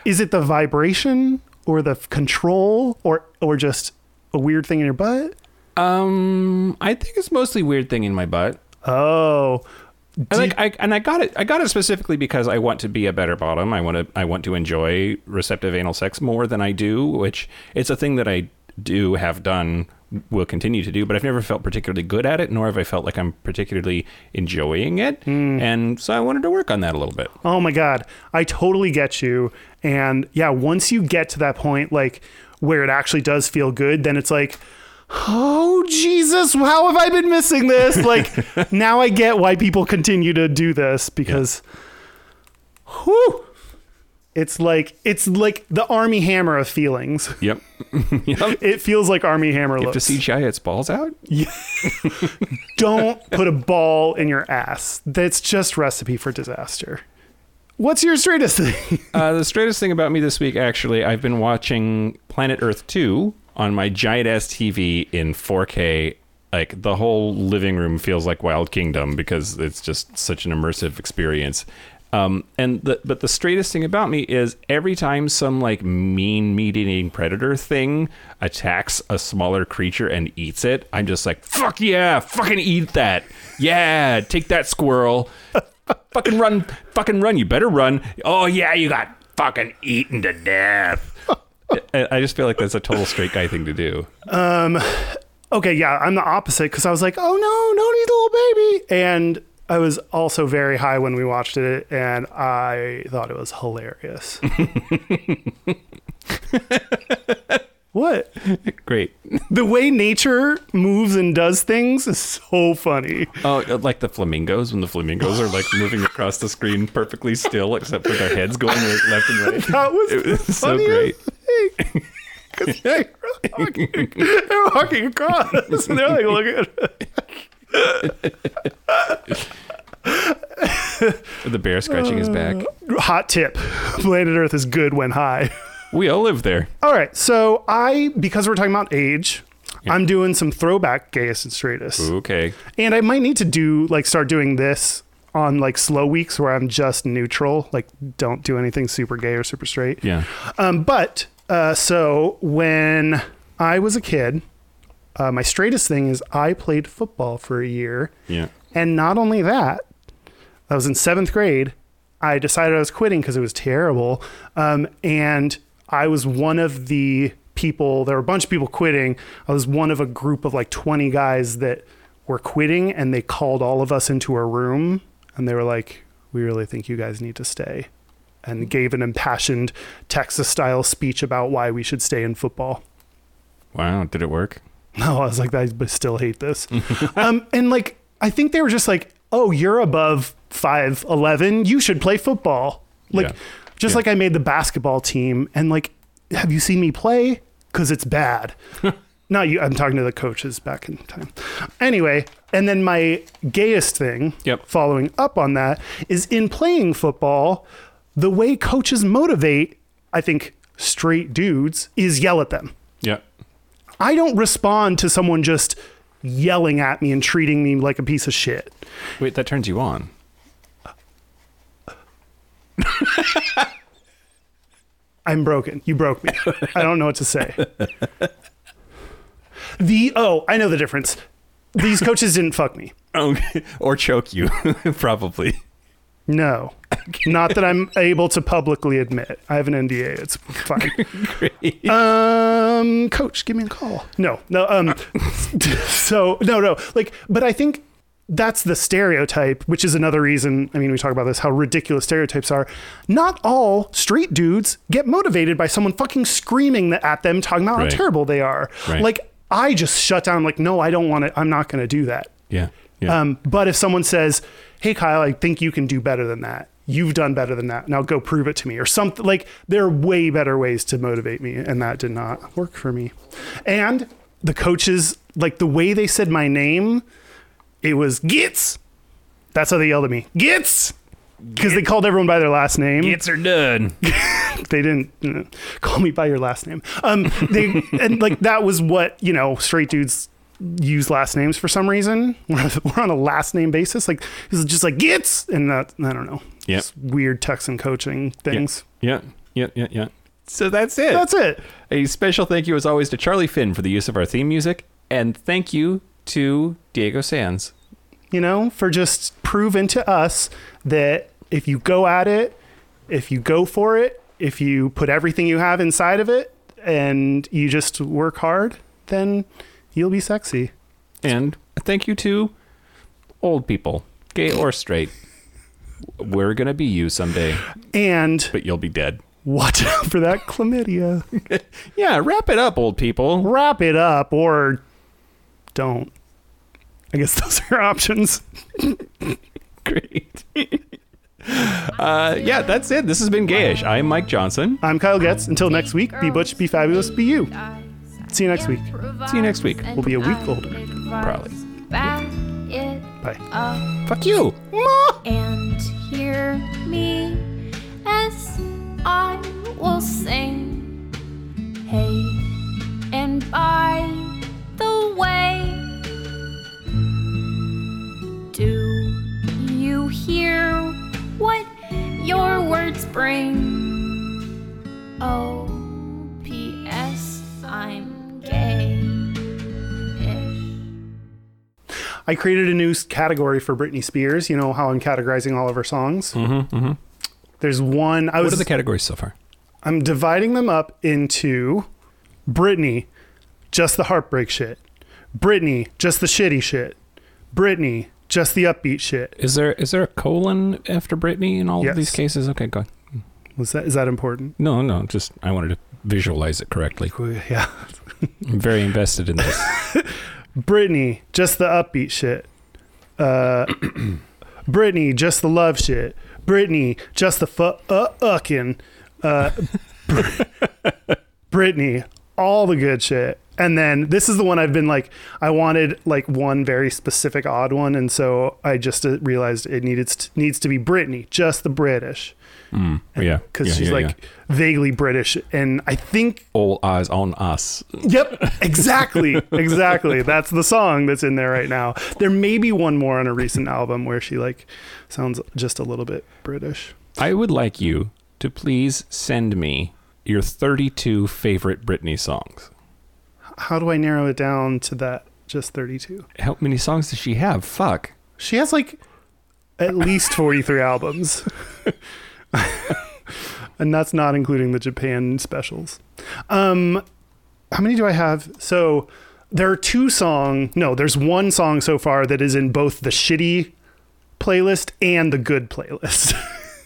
Speaker 3: Is it the vibration or the f- control or or just a weird thing in your butt?
Speaker 2: um, I think it's mostly weird thing in my butt.
Speaker 3: Oh,
Speaker 2: I like I and I got it. I got it specifically because I want to be a better bottom. I want to. I want to enjoy receptive anal sex more than I do, which it's a thing that I do have done, will continue to do. But I've never felt particularly good at it, nor have I felt like I'm particularly enjoying it. And so I wanted to work on that a little bit.
Speaker 3: oh my god, I totally get you. And yeah, once you get to that point, like where it actually does feel good, then it's like. Oh Jesus, how have I been missing this? Like now I get why people continue to do this because whew, it's like it's like the army hammer of feelings.
Speaker 2: Yep. yep.
Speaker 3: It feels like army hammer
Speaker 2: If the
Speaker 3: looks.
Speaker 2: CGI its balls out,
Speaker 3: Don't put a ball in your ass. That's just recipe for disaster. What's your straightest thing?
Speaker 2: Uh, the straightest thing about me this week, actually, I've been watching Planet Earth 2 on my giant ass TV in 4K. Like the whole living room feels like Wild Kingdom because it's just such an immersive experience. Um, and the, but the straightest thing about me is every time some like mean meat eating predator thing attacks a smaller creature and eats it, I'm just like, fuck yeah, fucking eat that. Yeah, take that squirrel. fucking run, fucking run. You better run. Oh yeah, you got fucking eaten to death. I I just feel like that's a total straight guy thing to do.
Speaker 3: okay, yeah, I'm the opposite because I was like, oh no, no need the little baby. And I was also very high when we watched it, and I thought it was hilarious. what?
Speaker 2: Great.
Speaker 3: The way nature moves and does things is so funny.
Speaker 2: Oh, like the flamingos when the flamingos are like moving across the screen perfectly still, except for their heads going like, left and right.
Speaker 3: That was,
Speaker 2: It was
Speaker 3: the
Speaker 2: so
Speaker 3: funniest thing. 'Cause they were walking- They're walking across, and they're like, look at.
Speaker 2: The bear scratching his back.
Speaker 3: Hot tip: Planet Earth is good when high.
Speaker 2: We all live there.
Speaker 3: All right, so I because we're talking about age, I'm doing some throwback gayest and straightest,
Speaker 2: Okay.
Speaker 3: and I might need to do like start doing this on like slow weeks where I'm just neutral, like don't do anything super gay or super straight.
Speaker 2: Yeah.
Speaker 3: Um, but uh, so when I was a kid, uh, my straightest thing is I played football for a year,
Speaker 2: Yeah.
Speaker 3: and not only that, I was in seventh grade. I decided I was quitting because it was terrible. Um, and I was one of the people, there were a bunch of people quitting. I was one of a group of like 20 guys that were quitting, and they called all of us into a room and they were like, We really think you guys need to stay. And gave an impassioned Texas style speech about why we should stay in football.
Speaker 2: Wow. Did it work?
Speaker 3: No, I was like, I b- still hate this. um, and like, I think they were just like, oh, you're above 5'11. You should play football. Like,
Speaker 2: Yeah.
Speaker 3: just
Speaker 2: Yeah.
Speaker 3: like I made the basketball team. And like, have you seen me play? Because it's bad. Not you. I'm talking to the coaches back in time. Anyway, and then my gayest thing,
Speaker 2: Yep.
Speaker 3: following up on that, is in playing football, the way coaches motivate, I think, straight dudes is yell at them.
Speaker 2: Yeah.
Speaker 3: I don't respond to someone just yelling at me and treating me like a piece of shit.
Speaker 2: Wait, that turns you on.
Speaker 3: I'm broken. You broke me. I don't know what to say. The oh, I know the difference. These coaches didn't fuck me.
Speaker 2: Okay. Or choke you, probably.
Speaker 3: No. Not that I'm able to publicly admit. I have an NDA. It's fine. Um, coach, give me a call. No, no. Um,
Speaker 2: Uh.
Speaker 3: so no, no. Like, but I think that's the stereotype, which is another reason. I mean, we talk about this how ridiculous stereotypes are. Not all straight dudes get motivated by someone fucking screaming th- at them, talking about
Speaker 2: Right.
Speaker 3: how terrible they are.
Speaker 2: Right.
Speaker 3: Like, I just shut down. I'm like, no, I don't want to. I'm not going to do that.
Speaker 2: Yeah. Yeah.
Speaker 3: Um, but if someone says, "Hey, Kyle, I think you can do better than that. You've done better than that. Now go prove it to me," or something like, there are way better ways to motivate me, and that did not work for me. And the coaches, like the way they said my name, it was Gitz. That's how they yelled at me, Gitz, because they called everyone by their last name
Speaker 2: It's or done.
Speaker 3: they didn't uh, call me by your last name. Um, they and like that was what you know straight dudes use last names for some reason. We're, we're on a last name basis. Like it's just like gets and that I don't know.
Speaker 2: Yeah.
Speaker 3: Just weird Texan coaching things.
Speaker 2: Yeah. Yeah. Yeah. Yeah. So that's it.
Speaker 3: That's it.
Speaker 2: A special thank you, as always, to Charlie Finn for the use of our theme music, and thank you to Diego Sands.
Speaker 3: You know, for just proving to us that if you go at it, if you go for it, if you put everything you have inside of it, and you just work hard, then you'll be sexy.
Speaker 2: And a thank you to old people, gay or straight. We're going to be you someday,
Speaker 3: And
Speaker 2: but you'll be dead.
Speaker 3: watch out for that chlamydia.
Speaker 2: Yeah, wrap it up, old people.
Speaker 3: Wrap it up or don't. I guess those are options.
Speaker 2: Great. uh, yeah, that's it. This has been Gayish. I'm Mike Johnson.
Speaker 3: I'm Kyle Getz. Until next week, be Butch, be fabulous, be you. See you next week.
Speaker 2: See you next week.
Speaker 3: We'll be a week older.
Speaker 2: Probably.
Speaker 1: Back it
Speaker 3: Bye.
Speaker 1: up.
Speaker 2: Fuck you.
Speaker 1: and hear me as I will sing. Hey, and by the way, do you hear what birds bring. Oh, P.S. I'm gay ish.
Speaker 3: I created a new s- category for Britney Spears. You know how I'm categorizing all of her songs. Mm-hmm, There's one. I
Speaker 2: What
Speaker 3: was.
Speaker 2: are the categories so far?
Speaker 3: I'm dividing them up into Britney, just the heartbreak shit. Britney, just the shitty shit. Britney, just the upbeat shit.
Speaker 2: Is there is there a colon after Brittany in all
Speaker 3: Yes.
Speaker 2: of these cases? Okay, go. on.
Speaker 3: Was that is that important?
Speaker 2: No, no, just I wanted to visualize it correctly.
Speaker 3: Yeah.
Speaker 2: I'm very invested in this.
Speaker 3: Britney, just the upbeat shit. Uh, Britney, just the love shit. Britney, just the fu- uh, uckin. Uh, Br- Britney, all the good shit. And then this is the one I've been like, I wanted like one very specific odd one, and so I just uh, realized it needed st- needs to be Britney, just the British,
Speaker 2: yeah,
Speaker 3: because
Speaker 2: yeah,
Speaker 3: she's
Speaker 2: yeah,
Speaker 3: like
Speaker 2: yeah.
Speaker 3: vaguely British, and I think
Speaker 2: all eyes on us.
Speaker 3: Yep, exactly, exactly. That's the song that's in there right now. There may be one more on a recent album where she like sounds just a little bit British.
Speaker 2: I would like you to please send me your 32 favorite Britney songs.
Speaker 3: How do I narrow it down to that? Just thirty-two.
Speaker 2: How many songs does she have? Fuck.
Speaker 3: She has like at least forty-three albums, and that's not including the Japan specials. Um, how many do I have? So there are two song. No, there's one song so far that is in both the shitty playlist and the good playlist.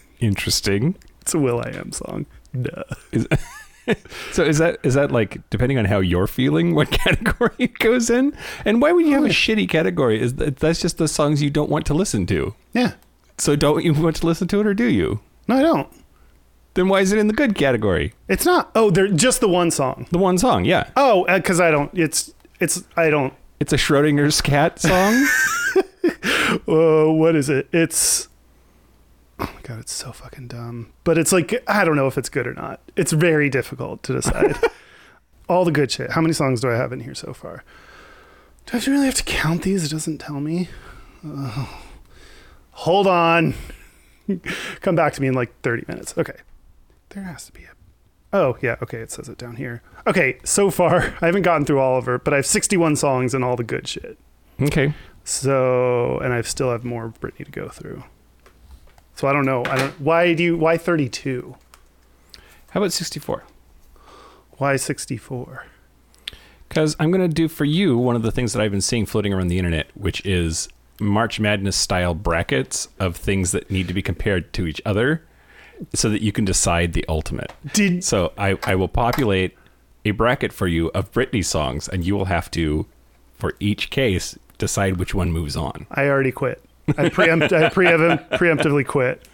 Speaker 2: Interesting.
Speaker 3: It's a Will I Am song. Duh.
Speaker 2: So is that is that like depending on how you're feeling, what category it goes in, and why would you have a shitty category? Is that, that's just the songs you don't want to listen to?
Speaker 3: Yeah.
Speaker 2: So don't you want to listen to it, or do you?
Speaker 3: No, I don't.
Speaker 2: Then why is it in the good category?
Speaker 3: It's not. Oh, they're just the one song.
Speaker 2: The one song, yeah,
Speaker 3: Oh, because I don't. It's it's I don't.
Speaker 2: it's a Schrodinger's cat song.
Speaker 3: Oh, what is it? It's. Oh my god, it's so fucking dumb. But it's like I don't know if it's good or not. It's very difficult to decide. All the good shit. How many songs do I have in here so far? Do I really have to count these? It doesn't tell me. Oh. Hold on. Come back to me in like 30 minutes. Okay. There has to be a. Oh, yeah. Okay. It says it down here. Okay. So far, I haven't gotten through all of her, but I have 61 songs and all the good shit.
Speaker 2: okay,
Speaker 3: So, and I still have more of Britney to go through. So I don't know. I don't. Why do you? Why thirty-two?
Speaker 2: how about sixty-four?
Speaker 3: Why sixty-four?
Speaker 2: Because I'm going to do for you one of the things that I've been seeing floating around the internet, which is March Madness style brackets of things that need to be compared to each other so that you can decide the ultimate.
Speaker 3: Did
Speaker 2: So I, I will populate a bracket for you of Britney songs, and you will have to, for each case, decide which one moves on.
Speaker 3: I already quit? I preempt. I preempt, preemptively quit.